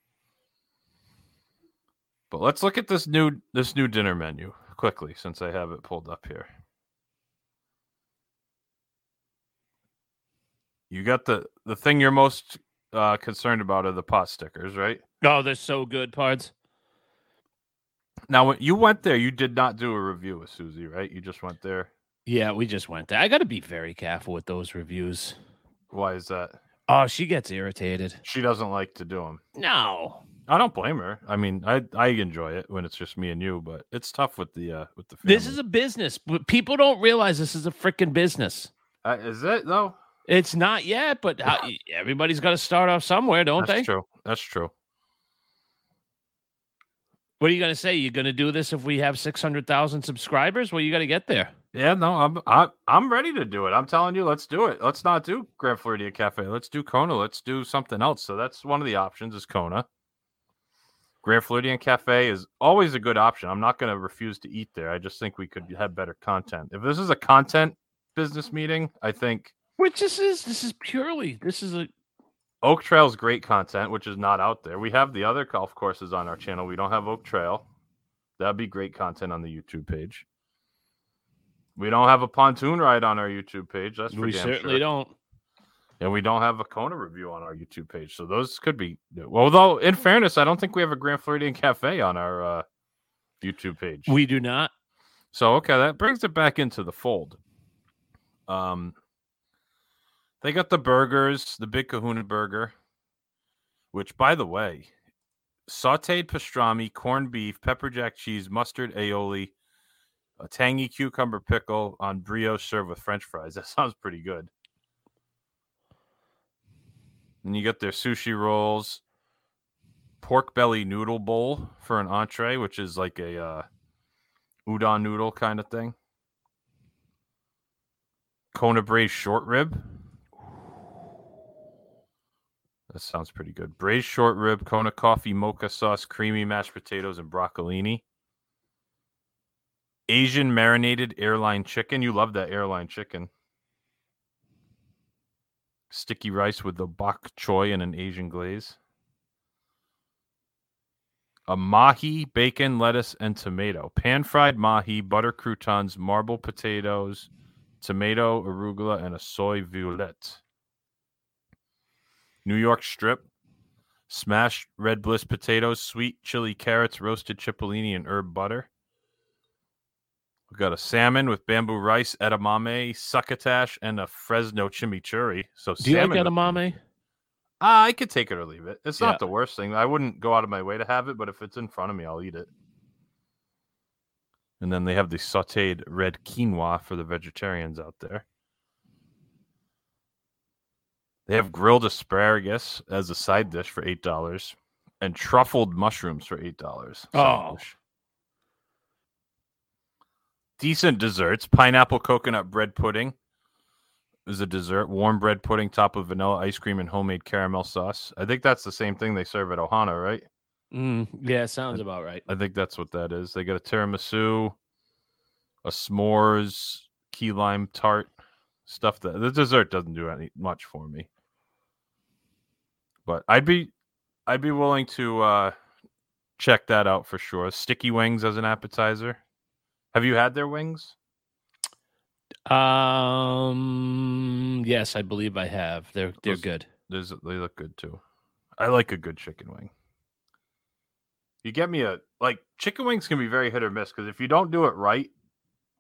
D: But let's look at this new this new dinner menu quickly since I have it pulled up here. You got the the thing you're most uh, concerned about are the pot stickers, right?
E: Oh, they're so good, Pards.
D: Now, when you went there, you did not do a review with Susie, right? You just went there.
E: Yeah, we just went there. I got to be very careful with those reviews.
D: Why is that?
E: Oh, she gets irritated.
D: She doesn't like to do them.
E: No.
D: I don't blame her. I mean, I I enjoy it when it's just me and you, but it's tough with the uh with the. Family.
E: This is a business. but People don't realize this is a freaking business.
D: uh, is it though?
E: It's not yet, but *laughs* how, everybody's got to start off somewhere, don't
D: That's
E: they?
D: true. That's true.
E: What are you going to say? You're going to do this if we have 600,000 subscribers? Well, you got to get there.
D: Yeah, no, I'm I, I'm ready to do it. I'm telling you, let's do it. Let's not do Grand Floridian Cafe. Let's do Kona. Let's do something else. So that's one of the options is Kona. Grand Floridian Cafe is always a good option. I'm not going to refuse to eat there. I just think we could have better content. If this is a content business meeting, I think
E: Which this is, this is purely, this is a,
D: Oak Trail's great content, which is not out there. We have the other golf courses on our channel. We don't have Oak Trail. That'd be great content on the YouTube page. We don't have a pontoon ride on our YouTube page. That's for
E: we
D: damn
E: certainly
D: sure.
E: don't.
D: And we don't have a Kona review on our YouTube page. So those could be although in fairness, I don't think we have a Grand Floridian Cafe on our uh, YouTube page.
E: We do not.
D: So okay, that brings it back into the fold. Um they got the burgers, the big kahuna burger, which by the way, sauteed pastrami, corned beef, pepper jack cheese, mustard aioli, a tangy cucumber pickle on brioche served with French fries. *laughs* That sounds pretty good. And you get their sushi rolls, pork belly noodle bowl for an entree, which is like a uh, udon noodle kind of thing. Kona braised short rib. That sounds pretty good. Braised short rib, Kona coffee, mocha sauce, creamy mashed potatoes, and broccolini. Asian marinated airline chicken. You love that airline chicken. Sticky rice with the bok choy and an Asian glaze. A mahi, bacon, lettuce, and tomato. Pan fried mahi, butter croutons, marble potatoes, tomato, arugula, and a soy violette. New York strip, smashed red bliss potatoes, sweet chili carrots, roasted cipollini, and herb butter. We've got a salmon with bamboo rice, edamame, succotash, and a Fresno chimichurri. So
E: Do you
D: salmon
E: like edamame?
D: Ah, I could take it or leave it. It's
E: Yeah.
D: not the worst thing. I wouldn't go out of my way to have it, but if it's in front of me, I'll eat it. And then they have the sauteed red quinoa for the vegetarians out there. They have grilled asparagus as a side dish for eight dollars, and truffled mushrooms for eight dollars.
E: Oh.
D: decent desserts: pineapple coconut bread pudding is a dessert, warm bread pudding topped with vanilla ice cream and homemade caramel sauce. I think that's the same thing they serve at Ohana, right?
E: Mm, yeah, sounds about right.
D: I think that's what that is. They got a tiramisu, a s'mores, key lime tart, stuff that the dessert doesn't do any much for me. But I'd be I'd be willing to uh check that out for sure. Sticky wings as an appetizer. Have you had their wings?
E: Um, yes, I believe I have. They're they're
D: Those-
E: good.
D: There's, they look good too. I like a good chicken wing. You get me a like chicken wings can be very hit or miss because if you don't do it right,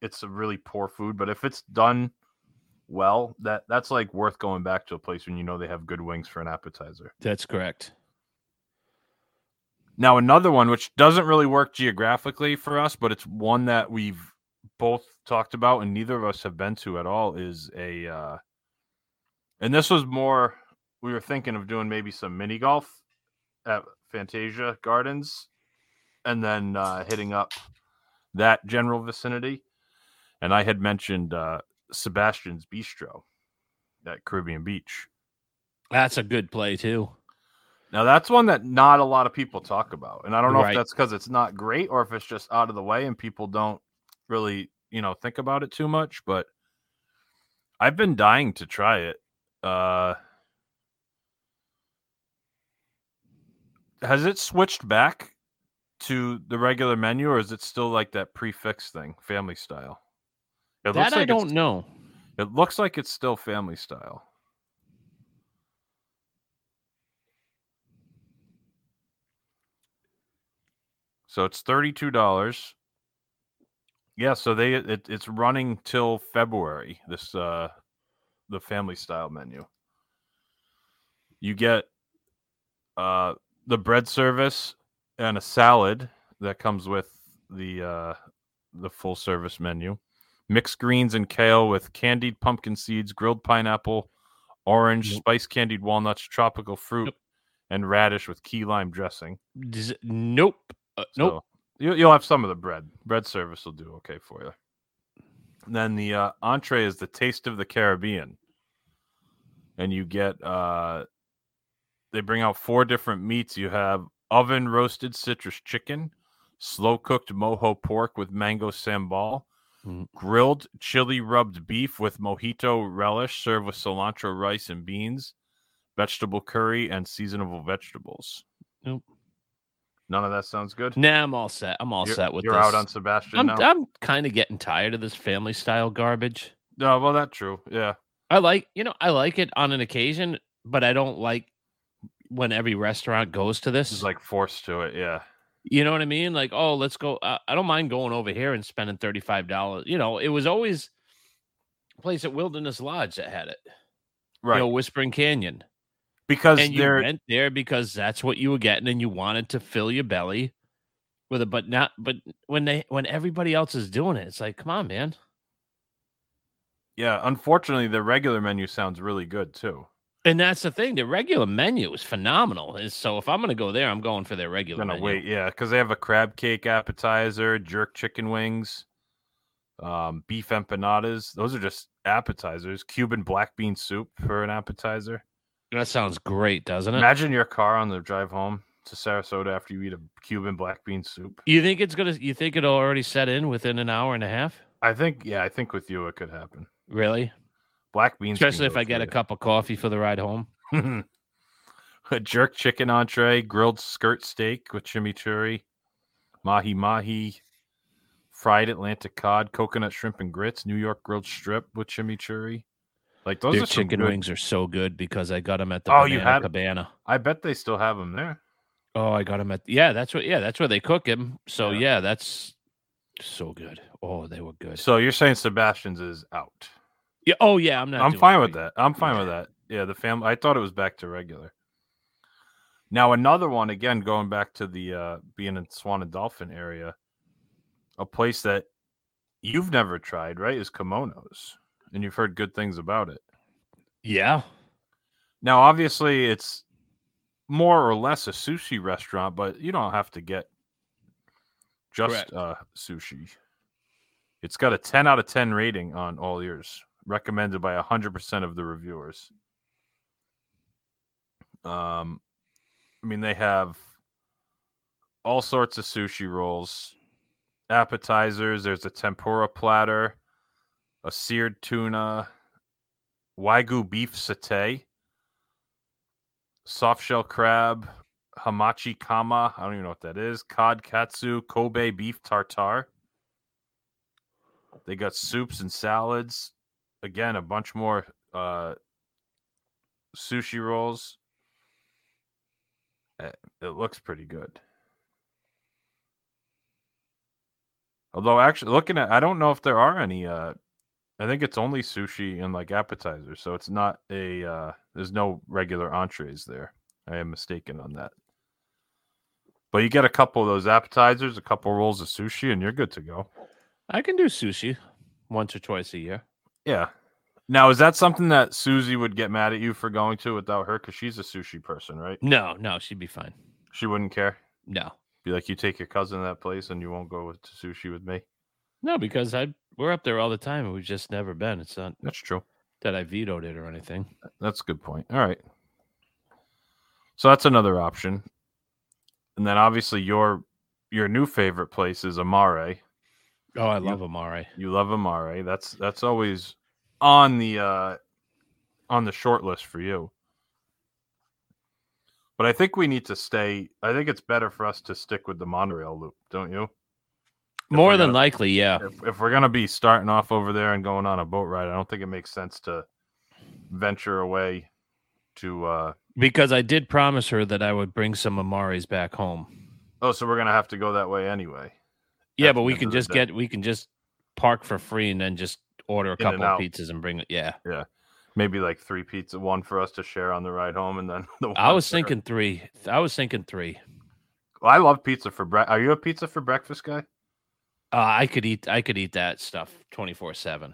D: it's a really poor food. But if it's done well, that that's like worth going back to a place when you know they have good wings for an appetizer.
E: That's correct.
D: Now another one which doesn't really work geographically for us, but it's one that we've both talked about and neither of us have been to at all is a uh and this was more we were thinking of doing maybe some mini golf at Fantasia Gardens and then uh hitting up that general vicinity. And I had mentioned uh Sebastian's Bistro at Caribbean Beach.
E: That's a good play too.
D: Now that's one that not a lot of people talk about, and I don't know
E: Right.
D: if that's because it's not great or if it's just out of the way and people don't really, you know, think about it too much. But I've been dying to try it. Uh, has it switched back to the regular menu, or is it still like that prefix thing, family style? It
E: That I
D: like it's-
E: don't know.
D: it looks like it's still family style. So it's thirty-two dollars. Yeah, so they it, it's running till February. This uh, the family style menu. You get uh the bread service and a salad that comes with the uh the full service menu mixed greens and kale with candied pumpkin seeds, grilled pineapple, orange, spice candied walnuts, tropical fruit,
E: Yep.
D: and radish with key lime dressing.
E: Does it- nope. Uh, nope.
D: So you, you'll have some of the bread. Bread service will do okay for you. And then the uh, entree is the taste of the Caribbean, and you get uh, they bring out four different meats. You have oven roasted citrus chicken, slow cooked mojo pork with mango sambal,
E: Mm.
D: grilled chili rubbed beef with mojito relish served with cilantro rice and beans, vegetable curry, and seasonable vegetables.
E: Nope.
D: None of that sounds good.
E: Nah, I'm all set. I'm all
D: you're,
E: set with
D: you're
E: this.
D: out on Sebastian
E: I'm
D: now.
E: I'm kind of getting tired of this family style garbage.
D: no, well, that's true. Yeah,
E: I like, you know, I like it on an occasion, but I don't like when every restaurant goes to this.
D: it's like forced to it. Yeah,
E: You know what I mean? Like, oh, let's go. Uh, I don't mind going over here and spending thirty five dollars. You know, it was always a place at Wilderness Lodge that had it.
D: right.
E: You know, Whispering Canyon,
D: because
E: and you
D: they're
E: went there because that's what you were getting, and you wanted to fill your belly with it, but not but when they when everybody else is doing it, it's like, come on, man.
D: Yeah, unfortunately, the regular menu sounds really good too.
E: And that's the thing. The regular menu is phenomenal. And so if I'm gonna go there, I'm going for their regular
D: Gonna
E: menu.
D: wait, yeah, because they have a crab cake appetizer, jerk chicken wings, um, beef empanadas. Those are just appetizers. Cuban black bean soup for an appetizer.
E: That sounds great, doesn't it?
D: Imagine your car on the drive home to Sarasota after you eat a Cuban black bean soup.
E: You think it's gonna you think it'll already set in within an hour and a half?
D: I think, yeah, I think with you it could happen.
E: Really?
D: Black beans, can
E: Especially if
D: go
E: I get
D: for
E: a cup of coffee for the ride home.
D: you. *laughs* a jerk chicken entree, grilled skirt steak with chimichurri, mahi mahi, fried Atlantic cod, coconut shrimp and grits, New York grilled strip with chimichurri. Like those
E: Their
D: are some
E: chicken
D: good-
E: wings are so good because I got them at the
D: Oh,
E: oh,
D: you
E: you
D: had-
E: Cabana.
D: I bet they still have them there.
E: Oh, I got them at yeah. That's what yeah. That's where they cook him. So
D: Yeah.
E: yeah, that's so good. Oh, they were good.
D: So you're saying Sebastian's is out?
E: Yeah. Oh yeah, I'm not.
D: I'm
E: doing
D: fine with
E: free.
D: that. I'm fine with that. Yeah, the family. I thought it was back to regular. Now another one again, going back to the uh, being in Swan and Dolphin area, a place that you've never tried, right? Is Kimonos, and you've heard good things about it.
E: Yeah.
D: Now, obviously, it's more or less a sushi restaurant, but you don't have to get just
E: Correct.
D: uh, sushi. It's got a 10 out of 10 rating on all ears, recommended by 100% of the reviewers. Um, I mean, they have all sorts of sushi rolls, appetizers, there's a tempura platter, a seared tuna, wagyu beef satay, soft shell crab, hamachi kama. I don't even know what that is. Cod katsu, Kobe beef tartar. They got soups and salads. Again, a bunch more uh, sushi rolls. Eh, It looks pretty good. Although, actually, looking at, I don't know if there are any. Uh, I think it's only sushi and like appetizers, so it's not a. Uh, there's no regular entrees there. I am mistaken on that. But you get a couple of those appetizers, a couple rolls of sushi, and you're good to go.
E: I can do sushi once or twice a year.
D: Yeah. Now, is that something that Susie would get mad at you for going to without her? Because she's a sushi person, right?
E: No, no, she'd be fine.
D: She wouldn't care.
E: No,
D: Be like, you take your cousin to that place, and you won't go with- to sushi with me.
E: no, because I we're up there all the time and we've just never been. It's not
D: That's true.
E: that I vetoed it or anything.
D: That's a good point. All right. So that's another option. And then obviously your your new favorite place is Amare.
E: Oh, I
D: You-
E: love Amare.
D: You love Amare. That's that's always on the uh on the short list for you. But I think we need to stay I think it's better for us to stick with the monorail loop, don't you?
E: More
D: we're
E: than
D: gonna-
E: likely, yeah.
D: If, if we're going to be starting off over there and going on a boat ride, I don't think it makes sense to venture away to uh
E: Because I did promise her that I would bring some Amares back home.
D: Oh, so we're gonna have to go that way anyway.
E: Yeah,
D: That's
E: but we
D: the
E: can
D: end of
E: just
D: the day.
E: get we can just park for free and then just order a
D: In and
E: couple of
D: out.
E: pizzas and bring it. Yeah.
D: Maybe like three pizza, one for us to share on the ride home, and then *laughs* the. One
E: I was
D: Oh, for-
E: thinking three. I was thinking three.
D: I love pizza for breakfast. Are you a pizza for breakfast guy?
E: Uh, I could eat I could eat that stuff 24/7.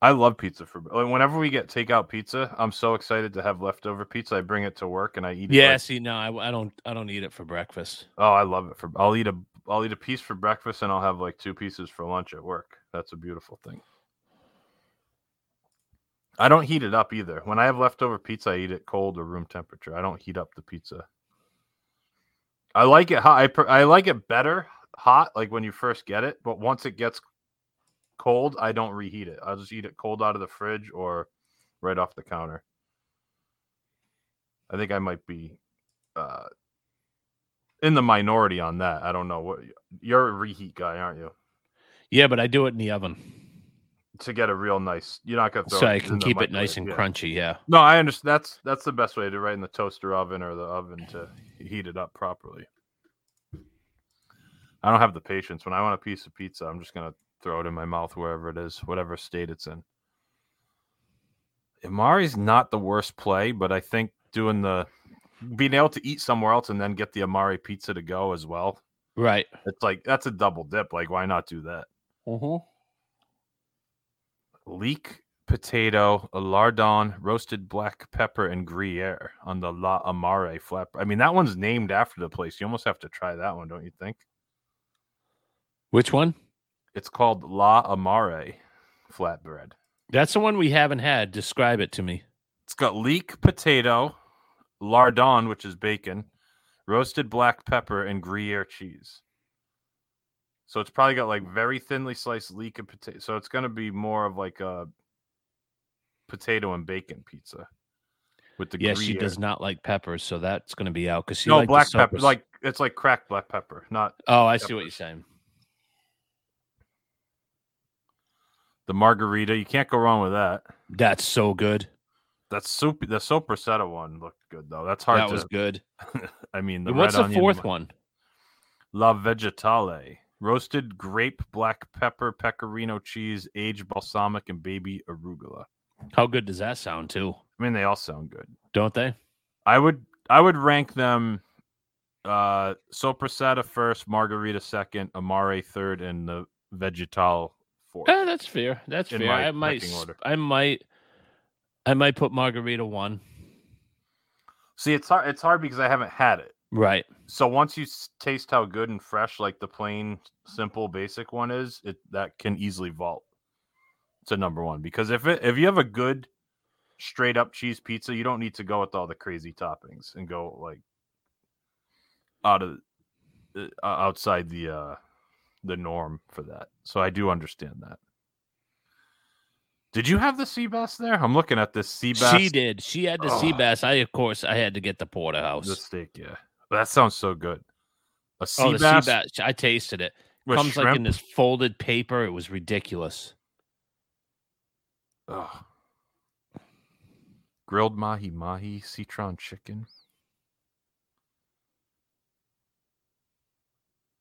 D: I love pizza for. Like, whenever we get takeout pizza, I'm so excited to have leftover pizza. I bring it to work and I eat. it, like-
E: Yeah, see no, I, I don't I don't eat it for breakfast.
D: oh, I love it for. I'll eat a. I'll eat a piece for breakfast and I'll have like two pieces for lunch at work. That's a beautiful thing. I don't heat it up either. When I have leftover pizza, I eat it cold or room temperature. I don't heat up the pizza. I like it hot. I, per- I like it better hot, like when you first get it. But once it gets cold, I don't reheat it. I'll just eat it cold out of the fridge or right off the counter. I think I might be uh, in the minority on that. I don't know what you're a reheat guy, aren't you?
E: Yeah, but I do it in the oven.
D: To get a real nice, you're not gonna throw
E: So I
D: it
E: can
D: in the
E: keep it nice
D: microwave,
E: and
D: yeah.
E: crunchy, yeah.
D: No, I understand. That's that's the best way to do it, right in the toaster oven or the oven to heat it up properly. I don't have the patience. When I want a piece of pizza, I'm just gonna throw it in my mouth wherever it is, whatever state it's in. Amari's not the worst play, but I think doing the being able to eat somewhere else and then get the Amari pizza to go as well
E: Right.
D: It's like that's a double dip. Like, why not do that? Leek potato, a lardon, roasted black pepper, and Gruyere on the La Amare flap. I mean, that one's named after the place. You almost have to try that one, don't you think?
E: Which one?
D: It's called La Amare flatbread.
E: That's the one we haven't had. Describe it to me.
D: It's got leek potato, lardon, which is bacon, roasted black pepper, and Gruyere cheese. So it's probably got like very thinly sliced leek and potato. So it's going to be more of like a potato and bacon pizza with the
E: Yeah,
D: Gruyere.
E: she does not like peppers, so that's going to be out because she
D: no
E: liked the
D: black pepper.
E: sopas.
D: Like it's like cracked black pepper, not
E: oh, I see what you're saying.
D: the margarita. You can't go wrong with that.
E: That's so good.
D: That's soup. The sopressata one looked good though. That's hard
E: that
D: to.
E: was good.
D: *laughs* I mean, the
E: And What's
D: red
E: the
D: onion
E: fourth
D: one.
E: one?
D: La Vegetale, roasted grape, black pepper, pecorino cheese, aged balsamic, and baby arugula.
E: How good does that sound too?
D: I mean, they all sound good.
E: Don't they?
D: I would I would rank them uh sopressata first, margarita second, amare third, and the vegetal fourth.
E: Yeah, Eh, that's fair. That's
D: In
E: fair.
D: my
E: I might,
D: pecking
E: s-
D: order.
E: I might, I might put margarita one.
D: See, it's hard it's hard because I haven't had it.
E: Right.
D: So once you s- taste how good and fresh like the plain, simple, basic one is, it that can easily vault to number one. Because if it if you have a good straight up cheese pizza, you don't need to go with all the crazy toppings and go like out of uh, outside the uh the norm for that. So I do understand that. Did you have the sea bass there? I'm looking at this sea bass.
E: She did. She had the sea
D: Ugh.
E: bass. I, of course, I had to get the porterhouse.
D: The steak, yeah. That sounds so good. A sea
E: oh, the
D: bass
E: sea bass. I tasted it.
D: with
E: Comes
D: shrimp.
E: like in this folded paper. It was ridiculous.
D: Ugh. Grilled mahi mahi, citron chicken.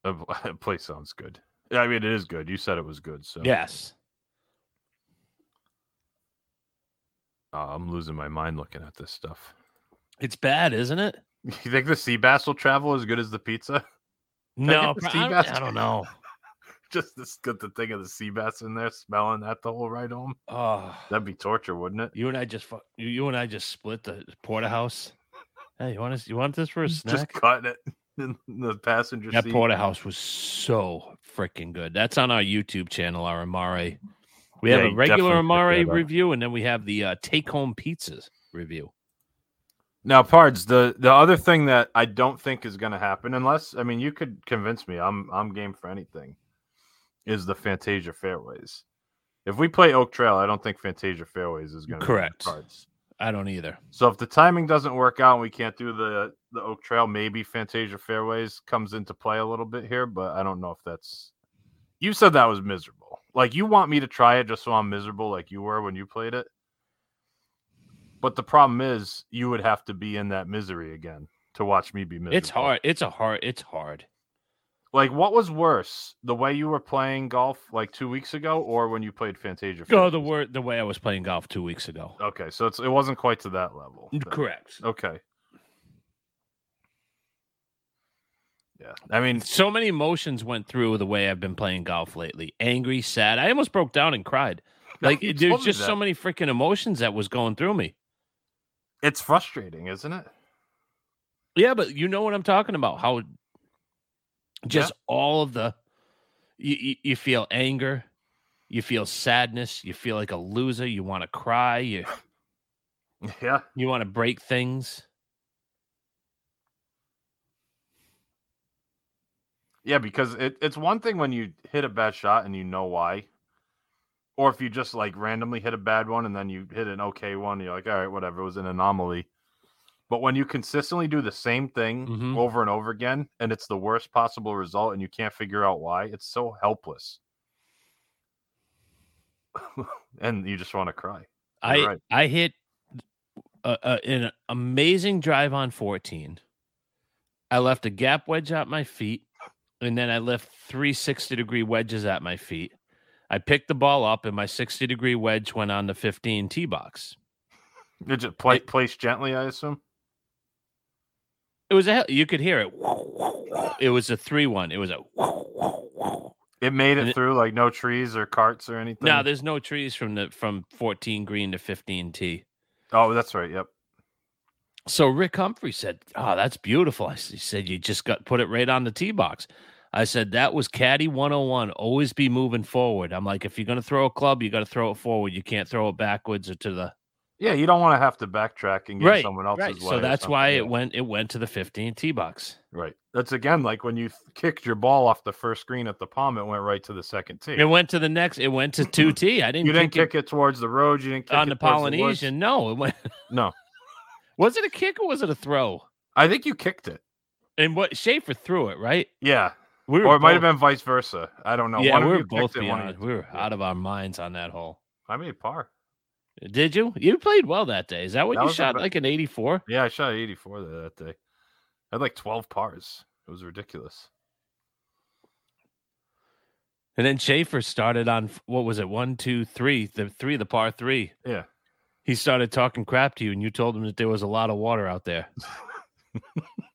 D: Uh, *laughs* That place sounds good. Yeah, I mean, it is good. You said it was good, so
E: Yes.
D: Uh, I'm losing my mind looking at this stuff. *laughs*
E: It's bad, isn't it?
D: You think the sea bass will travel as good as the pizza? *laughs*
E: No,
D: the
E: pro-
D: sea
E: I,
D: bass?
E: don't, I don't know.
D: Just this, get the thing of the sea bass in there, smelling that the whole ride home.
E: Oh,
D: That'd be torture, wouldn't it?
E: you and I just fu- you, you and I just split the porterhouse. Hey, you want us, you want this for a
D: Just
E: snack?
D: cutting it *laughs* in the passenger
E: That
D: seat.
E: porterhouse was so freaking good. That's on our YouTube channel, our Amare. We
D: Yeah,
E: have a
D: you
E: regular
D: definitely check
E: Amare
D: that out.
E: review, and then we have the uh, take-home pizzas review.
D: Now, Pards, the the other thing that I don't think is going to happen, unless I mean you could convince me, I'm I'm game for anything, is the Fantasia Fairways. If we play Oak Trail, I don't think Fantasia Fairways is going to
E: Correct.
D: Cards.
E: I don't either.
D: So if the timing doesn't work out and we can't do the the Oak Trail, maybe Fantasia Fairways comes into play a little bit here, but I don't know if that's. You said that was miserable. Like you want me to try it just so I'm miserable, like you were when you played it. But the problem is, you would have to be in that misery again to watch me be miserable.
E: It's hard. It's a hard. It's hard.
D: Like what was worse, the way you were playing golf like two weeks ago, or when you played Fantasia?
E: Go the
D: Fairways?
E: word the way I was playing golf two weeks ago.
D: Okay, so it's, it wasn't quite to that level. then.
E: Correct.
D: Oh, Okay. Yeah. I mean,
E: So many emotions went through the way I've been playing golf lately. Angry, sad. I almost broke down and
D: *laughs*
E: cried. Like
D: You told
E: there's
D: me
E: just so
D: that.
E: many freaking emotions that was going through me.
D: it's frustrating, isn't it?
E: Yeah, but you know what I'm talking about. How just all of the you, you, you feel anger, you feel sadness, you feel like a loser, you want to cry,
D: *sighs*
E: you
D: Yeah.
E: you want to break things.
D: Yeah, because it, it's one thing when you hit a bad shot and you know why. Or if you just like randomly hit a bad one and then you hit an okay one, you're like, all right, whatever, it was an anomaly. But when you consistently do the same thing
E: Mhm.
D: over and over again and it's the worst possible result and you can't figure out why, it's so helpless. *laughs* and you just want to cry. You're
E: I
D: right.
E: I hit a, a, an amazing drive on 14. I left a gap wedge at my feet, and then I left three 60 degree wedges at my feet. I picked the ball up, and my 60 degree wedge went on the 15 tee box.
D: It just pla-
E: It-
D: placed gently, I assume.
E: It was a hell. You could hear it. It was a three-one. It was a.
D: It made
E: And
D: it
E: it-
D: through like no trees or carts or anything.
E: Now there's no trees from the from 14 green to 15 T.
D: oh, that's right. Yep.
E: So Rick Humphrey said, "Oh, that's beautiful." I s- he said, "You just got put it right on the tee box." I said, "That was caddy 101. Always be moving forward." I'm like, if you're gonna throw a club, you got to throw it forward. You can't throw it backwards or to the
D: Yeah, you don't want to have to backtrack and get
E: right.
D: someone else's
E: right.
D: way.
E: So
D: or
E: that's
D: something,
E: why
D: yeah.
E: it went. It went to the 15 tee box.
D: Right. That's again like when you th- kicked your ball off the first green at the palm, it went right to the second tee.
E: It went to the next. It went to two T. I didn't.
D: you didn't
E: kick
D: kick it towards the road. You didn't
E: it
D: kick
E: on
D: it
E: the
D: towards woods.
E: Polynesian. no, it went.
D: No,
E: Was it a kick or was it a throw?
D: I think you kicked it.
E: And what Schaefer threw it right.
D: Yeah,
E: We
D: or it might have
E: both-
D: been vice versa. I don't know.
E: yeah,
D: One of
E: we were
D: you kicked
E: both
D: it, one of
E: beyond.
D: you-
E: We were out of our minds on that hole.
D: I made par.
E: Did you? You played well that day. Is that what
D: That
E: you
D: was a
E: shot?
D: ba-
E: like an 84?
D: Yeah, I shot 84 there that day. I had like 12 pars. It was ridiculous.
E: And then Schaefer started on f- what was it? One, two, three. The three, the par three.
D: Yeah.
E: He started talking crap to you, and you told him that there was a lot of water out
D: *laughs*
E: there.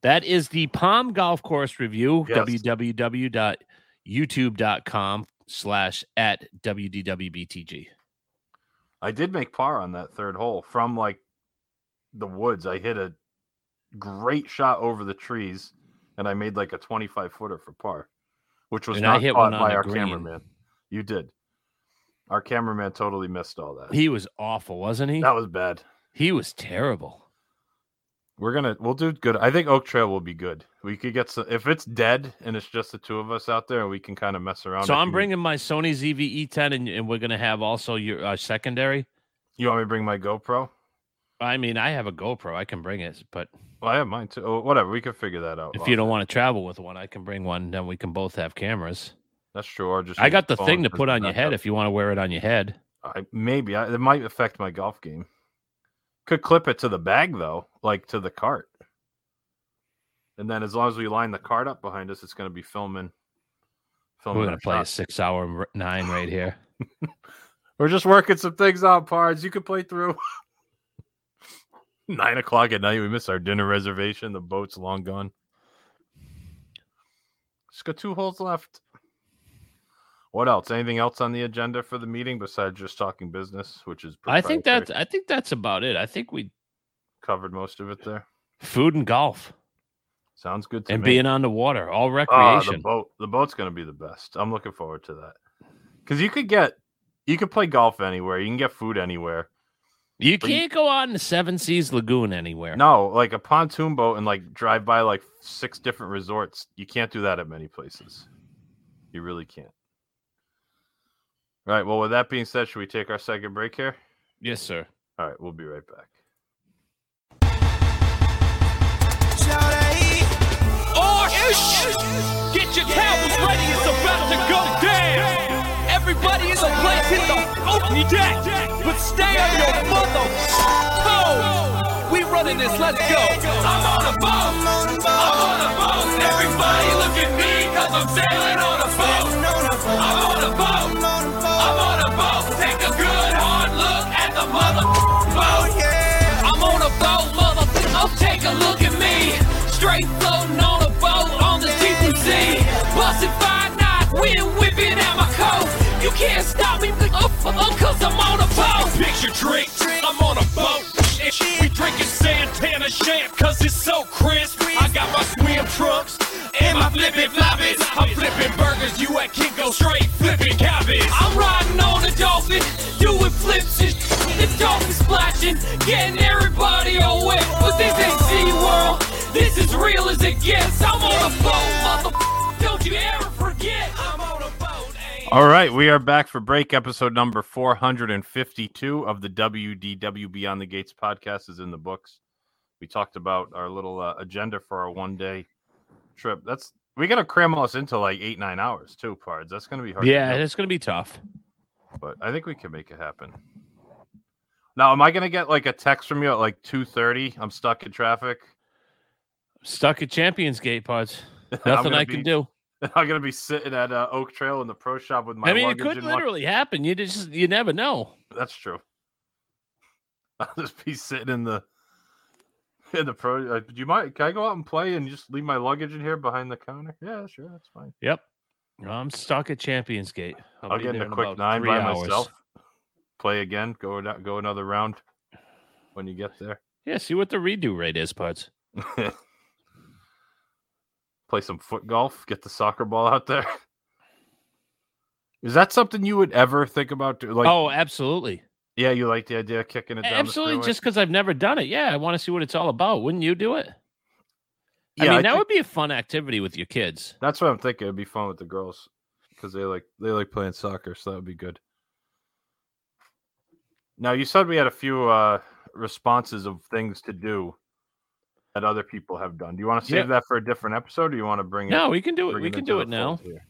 E: that is the Palm Golf Course Review.
D: Yes.
E: www.youtube.com slash at WDWBTG.
D: I did make par on that third hole from like the woods. I hit a great shot over the trees and I made like a 25 footer for par, which was
E: And I
D: not
E: hit
D: caught
E: one on
D: by
E: the
D: our
E: green.
D: cameraman. You did. Our cameraman totally missed all that.
E: He was awful, wasn't he?
D: that was bad.
E: He was terrible.
D: We're gonna we'll do good. I think Oak Trail will be good. We could get some if it's dead and it's just the two of us out there, we can kind of mess around.
E: So
D: If
E: I'm
D: you-
E: bringing my Sony ZVE10, and, and we're going to have also your uh, secondary.
D: You want me to bring my GoPro?
E: I mean, I have a GoPro. I can bring it, but
D: Well, I have mine too. Oh, whatever, we can figure that out.
E: if
D: off
E: you don't
D: air.
E: want to travel with one, I can bring one. Then we can both have cameras.
D: that's true. Or just
E: I
D: use
E: got the
D: phone
E: thing to
D: as
E: put
D: the
E: on your head
D: backup.
E: if you want to wear it on your head.
D: I, maybe I, it might affect my golf game. Could clip it to the bag though, like to the cart, and then as long as we line the cart up behind us, it's going to be filming. Filming.
E: We're
D: our
E: gonna play a
D: shots.
E: six-hour m- nine right
D: *laughs*
E: here.
D: We're just working some things out, Pards. You can play through. *laughs* Nine o'clock at night. We miss our dinner reservation. The boat's long gone. Just got two holes left. What else? Anything else on the agenda for the meeting besides just talking business, which is
E: I think
D: proprietary?
E: that's I think that's about it. I think we
D: covered most of it there.
E: food and golf
D: Sounds good to
E: and
D: me.
E: being on the water, all
D: Ah,
E: recreation.
D: the boat, the boat's going to be the best. I'm looking forward to that because you could get, you could play golf anywhere. You can get food anywhere.
E: you
D: but you-
E: can't go out in the Seven Seas Lagoon anywhere.
D: No, like a pontoon boat and like drive by like six different resorts. You can't do that at many places. You really can't. All right. Well, with that being said, should we take our second break here?
E: Yes, sir.
D: All right. We'll be right back.
G: Get your towels ready, it's about to go down. Everybody in the place hit the open deck, but stay on your mother toes. We running this, let's go. I'm on a boat, I'm on a boat. Everybody look at me, cause I'm sailing on a boat. I'm on a boat, I'm on a boat. Take a good hard look at the mother boat. I'm on a boat, mother. Oh, take a look at me. Straight floating on a boat on the TPC. Busted five knots, wind whipping at my coat. You can't stop me, oh, oh, cause I'm on a boat. Picture trick, I'm on a boat. We drinking Santana champ, cause it's so crisp. I got my swim trunks and my flippin' floppies. I'm flipping burgers, you at Kinko straight flipping cabbage. I'm riding on a dolphin, doing flips and sh- the dolphin splashing, getting everybody all wet. But this ain't SeaWorld, this is real as it gets. I'm on a boat, motherfucker, don't you ever forget. I'm on a boat, ayy.
D: All right, we are back for break. Episode number 452 of the WDW Beyond the Gates podcast is in the books. We talked about our little uh, agenda for our one day trip. That's we got to cram us into like eight, nine hours too, Pards. That's going to be hard. to
E: Yeah,
D: do,
E: it's gonna be tough.
D: but I think we can make it happen. Now, am I going to get like a text from you at like 2:30? I'm stuck in traffic. *laughs*
E: Stuck at Champions Gate pods.
D: I'm
E: Nothing
D: gonna
E: I can
D: be-
E: do.
D: *laughs* I'm going to be sitting at uh, Oak Trail in the pro shop with my.
E: I mean, it
D: luggage
E: could
D: in one-
E: literally happen. You just you never know.
D: *laughs* That's true. I'll just be sitting in the in the pro. Uh, do you mind? Can I go out and play and just leave my luggage in here behind the counter? Yeah, sure, that's fine.
E: Yep. I'm stuck at Champions Gate.
D: I'll,
E: be
D: get in
E: there
D: a quick
E: about
D: nine
E: three
D: by
E: hours.
D: myself. Play again. Go ano- go another round when you get there.
E: Yeah, see what the redo rate is, parts.
D: Play some foot golf. Get the soccer ball out there. Is that something you would ever think about? do- Like,
E: oh, absolutely.
D: yeah, you like the idea of kicking it down
E: Absolutely.
D: the
E: Just because I've never done it. Yeah, I want to see what it's all about. Wouldn't you do it?
D: yeah,
E: I mean,
D: I
E: that
D: think-
E: would be a fun activity with your kids.
D: That's what I'm thinking. It'd be fun with the girls because they like they like playing soccer, so that would be good. Now you said we had a few uh, responses of things to do that other people have done. Do you want to save
E: Yeah.
D: that for a different episode, or you want to bring
E: No,
D: it?
E: we can do it.
D: bring
E: We can
D: into
E: do
D: the
E: it now.
D: fold here?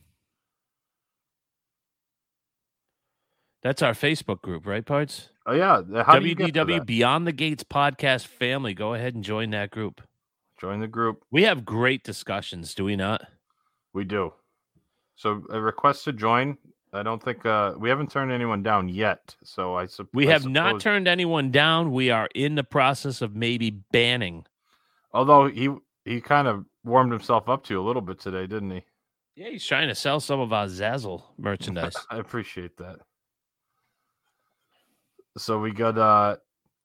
E: That's our Facebook group, right, Parts?
D: Oh yeah, th- how do you get to
E: WDW
D: that?
E: Beyond the Gates Podcast Family. Go ahead and join that group.
D: Join the group.
E: We have great discussions, do we not?
D: We do. So a request to join. I don't think uh, we haven't turned anyone down yet. So I, sup-
E: We
D: I
E: have not
D: suppose-
E: turned anyone down. We are in the process of maybe banning.
D: Although he he kind of warmed himself up to you a little bit today, didn't he?
E: Yeah, he's trying to sell some of our Zazzle merchandise.
D: I appreciate that. So we got uh,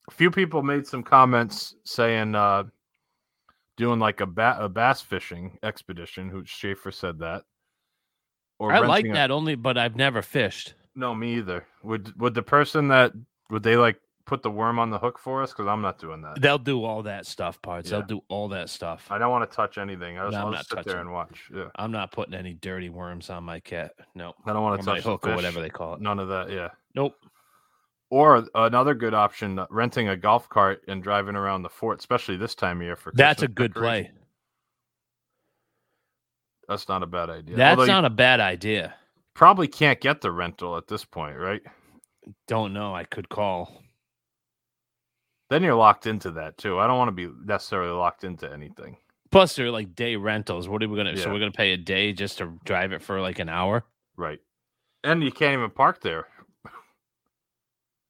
D: a few people made some comments saying uh, doing like a, ba- a bass fishing expedition. Who Schaefer said that. *laughs* Or
E: I like
D: renting a-
E: that only, but I've never fished.
D: no, me either. Would would the person that would they like put the worm on the hook for us? Because I'm not doing that.
E: They'll do all that stuff, parts.
D: Uh, Yeah.
E: They'll do all that stuff.
D: I don't want to touch anything. I just,
E: No, I'm
D: I'll
E: not
D: just sit
E: touching
D: there
E: it.
D: and watch. Yeah,
E: I'm not putting any dirty worms on my cat. No.
D: I don't want
E: Or
D: to
E: my
D: touch the
E: hook or whatever
D: fish.
E: they call it.
D: None of that. Yeah.
E: Nope.
D: Or another good option, uh, renting a golf cart and driving around the fort, especially this time of year for
E: That's a
D: Christmas
E: good
D: decoration.
E: play.
D: That's not a bad idea.
E: That's
D: Although
E: not
D: you
E: a bad idea.
D: probably can't get the rental at this point, right?
E: Don't know. I could call.
D: Then you're locked into that too. I don't want to be necessarily locked into anything.
E: Plus, they're like day rentals. What are we gonna? So
D: Yeah.
E: we're gonna pay a day just to drive it for like an hour.
D: Right. And you can't even park there.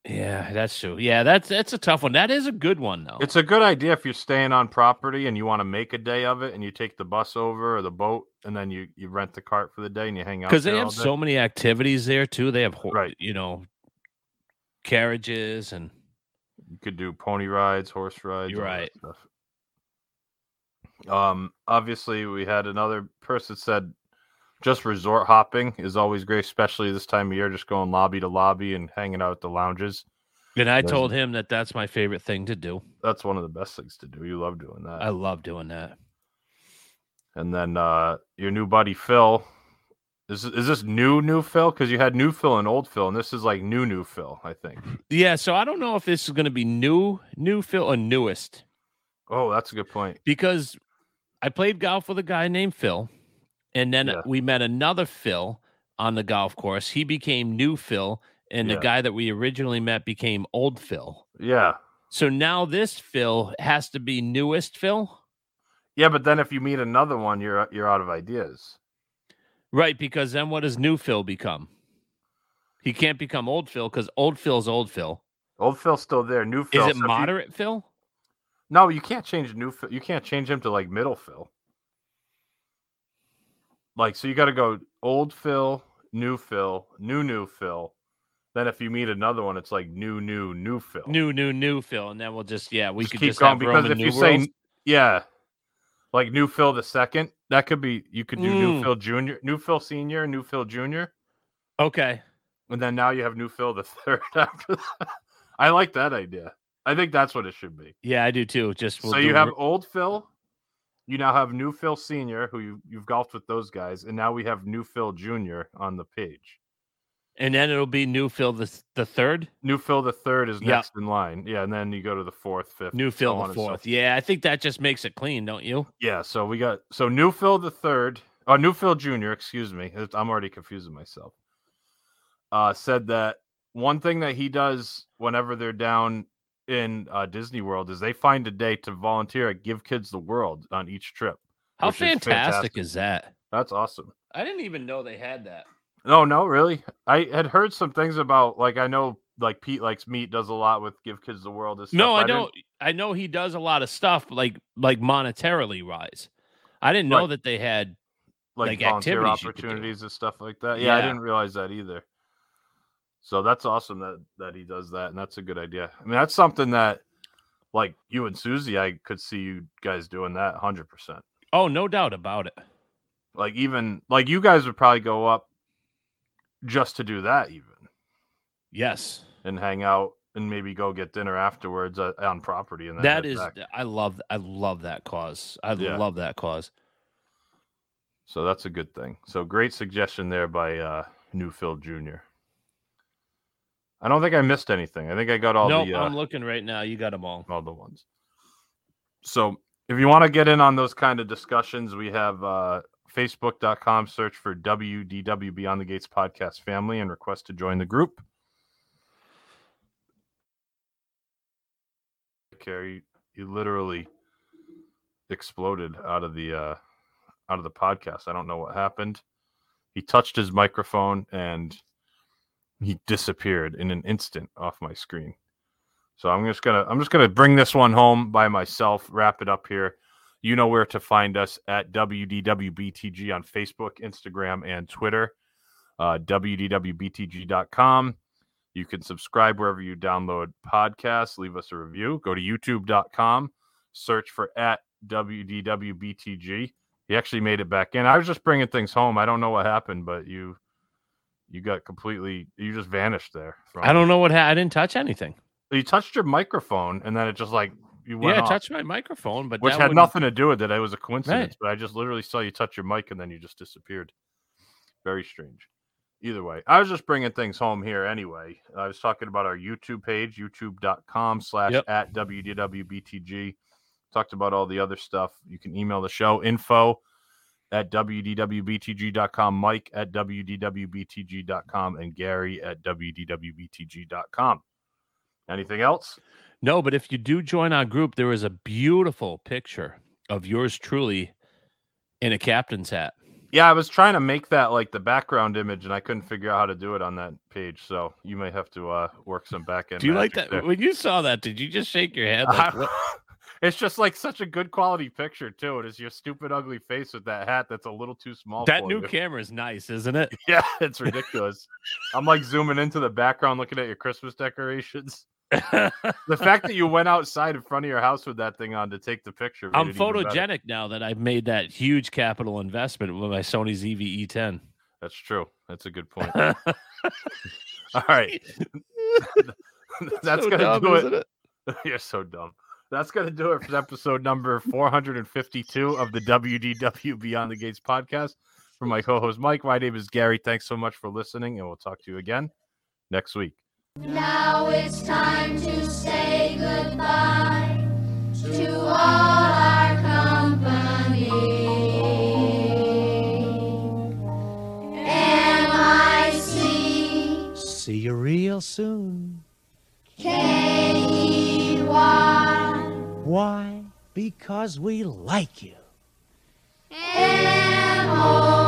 E: Yeah, that's true. Yeah, that's that's a tough one. That is a good one though.
D: It's a good idea if you're staying on property and you want to make a day of it and you take the bus over or the boat and then you, you rent the cart for the day and you hang out
E: because they
D: there
E: have
D: all day.
E: so many activities there too. They have ho-
D: Right.
E: you know, carriages and
D: You could do pony rides, horse rides,
E: You're
D: all that
E: right.
D: Stuff. Um, obviously, we had another person said just resort hopping is always great, especially this time of year, just going lobby to lobby and hanging out at the lounges.
E: and I
D: There's-
E: told him that that's my favorite thing to do.
D: That's one of the best things to do. You love doing that.
E: I love doing that.
D: and then uh, your new buddy Phil. Is, is this new new Phil? Because you had new Phil and old Phil, and this is like new new Phil, I
E: *laughs*
D: think.
E: Yeah, so I don't know if this is gonna be new, new Phil or newest
D: Oh, that's a good point.
E: because I played golf with a guy named Phil, and then
D: Yeah.
E: we met another Phil on the golf course. He became new Phil, and
D: Yeah.
E: the guy that we originally met became old Phil.
D: Yeah,
E: So now this Phil has to be newest Phil,
D: yeah, but then if you meet another one, you're you're out of ideas.
E: right? Because then what does new Phil become? He can't become old Phil because old Phil's old Phil.
D: Old Phil's still there. New Phil.
E: Is
D: so
E: it
D: if you-
E: moderate Phil?
D: no, you can't change new Phil. You can't change him to like middle Phil. Like so, you got to go old Phil, new Phil, new new Phil. Then if you meet another one, it's like new new new Phil.
E: New, new, new Phil, and then we'll just yeah, we
D: Oh. Just
E: could
D: keep
E: just
D: going
E: have
D: because
E: Roman
D: if you
E: numerals.
D: say yeah, like new Phil the second, that could be you could do new
E: Mm.
D: Phil Junior, new Phil Senior, new Phil Junior,
E: okay,
D: and then now you have new Phil the *laughs* third after that. I like that idea. I think that's what it should be.
E: yeah, I do too. Just we'll
D: so
E: do
D: you have
E: Ro-
D: old Phil, you now have new Phil Senior, who you, you've golfed with those guys, and now we have new Phil Junior on the page.
E: and then it'll be new Phil the the third.
D: New Phil the third is
E: Yeah.
D: next in line. Yeah, and then you go to the fourth, fifth,
E: New
D: and so
E: Phil
D: on
E: the
D: and so
E: fourth. Yeah, I think that just makes it clean, don't you?
D: Yeah, so we got so new Phil the third, uh, new Phil Jr. Excuse me, I'm already confusing myself. Uh, said that one thing that he does whenever they're down in uh, Disney World is they find a day to volunteer at Give Kids the World on each trip.
E: How
D: Which is
E: fantastic,
D: fantastic.
E: is that?
D: That's awesome.
E: I didn't even know they had that.
D: No, no, really. I had heard some things about like I know like Pete likes meat does a lot with give kids the world. This
E: No, I
D: didn't-
E: know. I know he does a lot of stuff, like like monetarily wise. I didn't know
D: Right.
E: that they had. like,
D: like, volunteer
E: activities you could do.
D: opportunities and stuff like that. Yeah, I
E: Yeah.
D: didn't realize that either. So that's awesome that that he does that, and that's a good idea. I mean, that's something that like you and Susie, I could see you guys doing that hundred percent.
E: Oh, no doubt about it.
D: Like even like you guys would probably go up just to do that, even
E: Yes,
D: and hang out and maybe go get dinner afterwards uh, on property. And then
E: that
D: head
E: is.
D: back.
E: I love. I love that cause. I
D: Yeah.
E: love that cause.
D: so that's a good thing. So great suggestion there by uh Newfield Jr. I don't think I missed anything. I think I got all
E: no,
D: the. Uh,
E: I'm looking right now. You got them all.
D: all the ones. So if you want to get in on those kind of discussions, we have uh, facebook.com search for WDW Beyond the Gates Podcast Family and request to join the group. Carrie, you literally exploded out of the uh, out of the podcast. I don't know what happened. He touched his microphone and he disappeared in an instant off my screen. So I'm just gonna I'm just gonna bring this one home by myself. Wrap it up here. You know where to find us at WDWBTG on Facebook, Instagram, and Twitter. Uh, WDWBTG.com. You can subscribe wherever you download podcasts. Leave us a review. Go to YouTube.com. Search for at WDWBTG. He actually made it back in. I was just bringing things home. I don't know what happened, but you you got completely you just vanished there. from-
E: I don't know what. Ha- I didn't touch anything.
D: you touched your microphone and then it just like you went
E: Yeah, I
D: off,
E: touched my microphone, but
D: which
E: that
D: had
E: wouldn't-
D: nothing to do with it. It was a coincidence, but I just literally saw you touch your mic and then you just disappeared. Very strange. Either way, I was just bringing things home here anyway. I was talking about our YouTube page, youtube.com slash
E: Yep.
D: at WDWBTG. Talked about all the other stuff. You can email the show info at WDWBTG.com, Mike at WDWBTG.com, and Gary at WDWBTG.com. Anything else?
E: No, but if you do join our group, there is a beautiful picture of yours truly in a captain's hat.
D: Yeah, I was trying to make that like the background image, and I couldn't figure out how to do it on that page. So you may have to uh, work some back end.
E: Do you like that?
D: *laughs*
E: When you saw that, did you just shake your head? Like, what?
D: it's just like such a good quality picture too. It is your stupid ugly face with that hat that's a little too small.
E: That
D: for
E: new
D: you.
E: camera is nice, isn't it?
D: *laughs* yeah, it's ridiculous. I'm like zooming into the background, looking at your
E: *laughs*
D: Christmas decorations. The fact that you went outside in front of your house with that thing on to take the picture. made
E: I'm
D: it even better.
E: photogenic now that I've made that huge capital investment with my Sony E ZV-E10.
D: That's true. That's a good point.
E: *laughs*
D: *laughs* All right. *laughs* That's
E: so
D: gonna
E: dumb,
D: do
E: isn't
D: it. *laughs* You're so dumb. That's gonna do it for episode number 452 of the WDW Beyond the Gates podcast. For my co-host Mike, my name is Gary. Thanks so much for listening, and we'll talk to you again next week.
H: Now it's time to say goodbye to all our company. M-I-C
I: See you real soon.
H: K-E-Y
I: Why? Because we like you.
H: M-O E?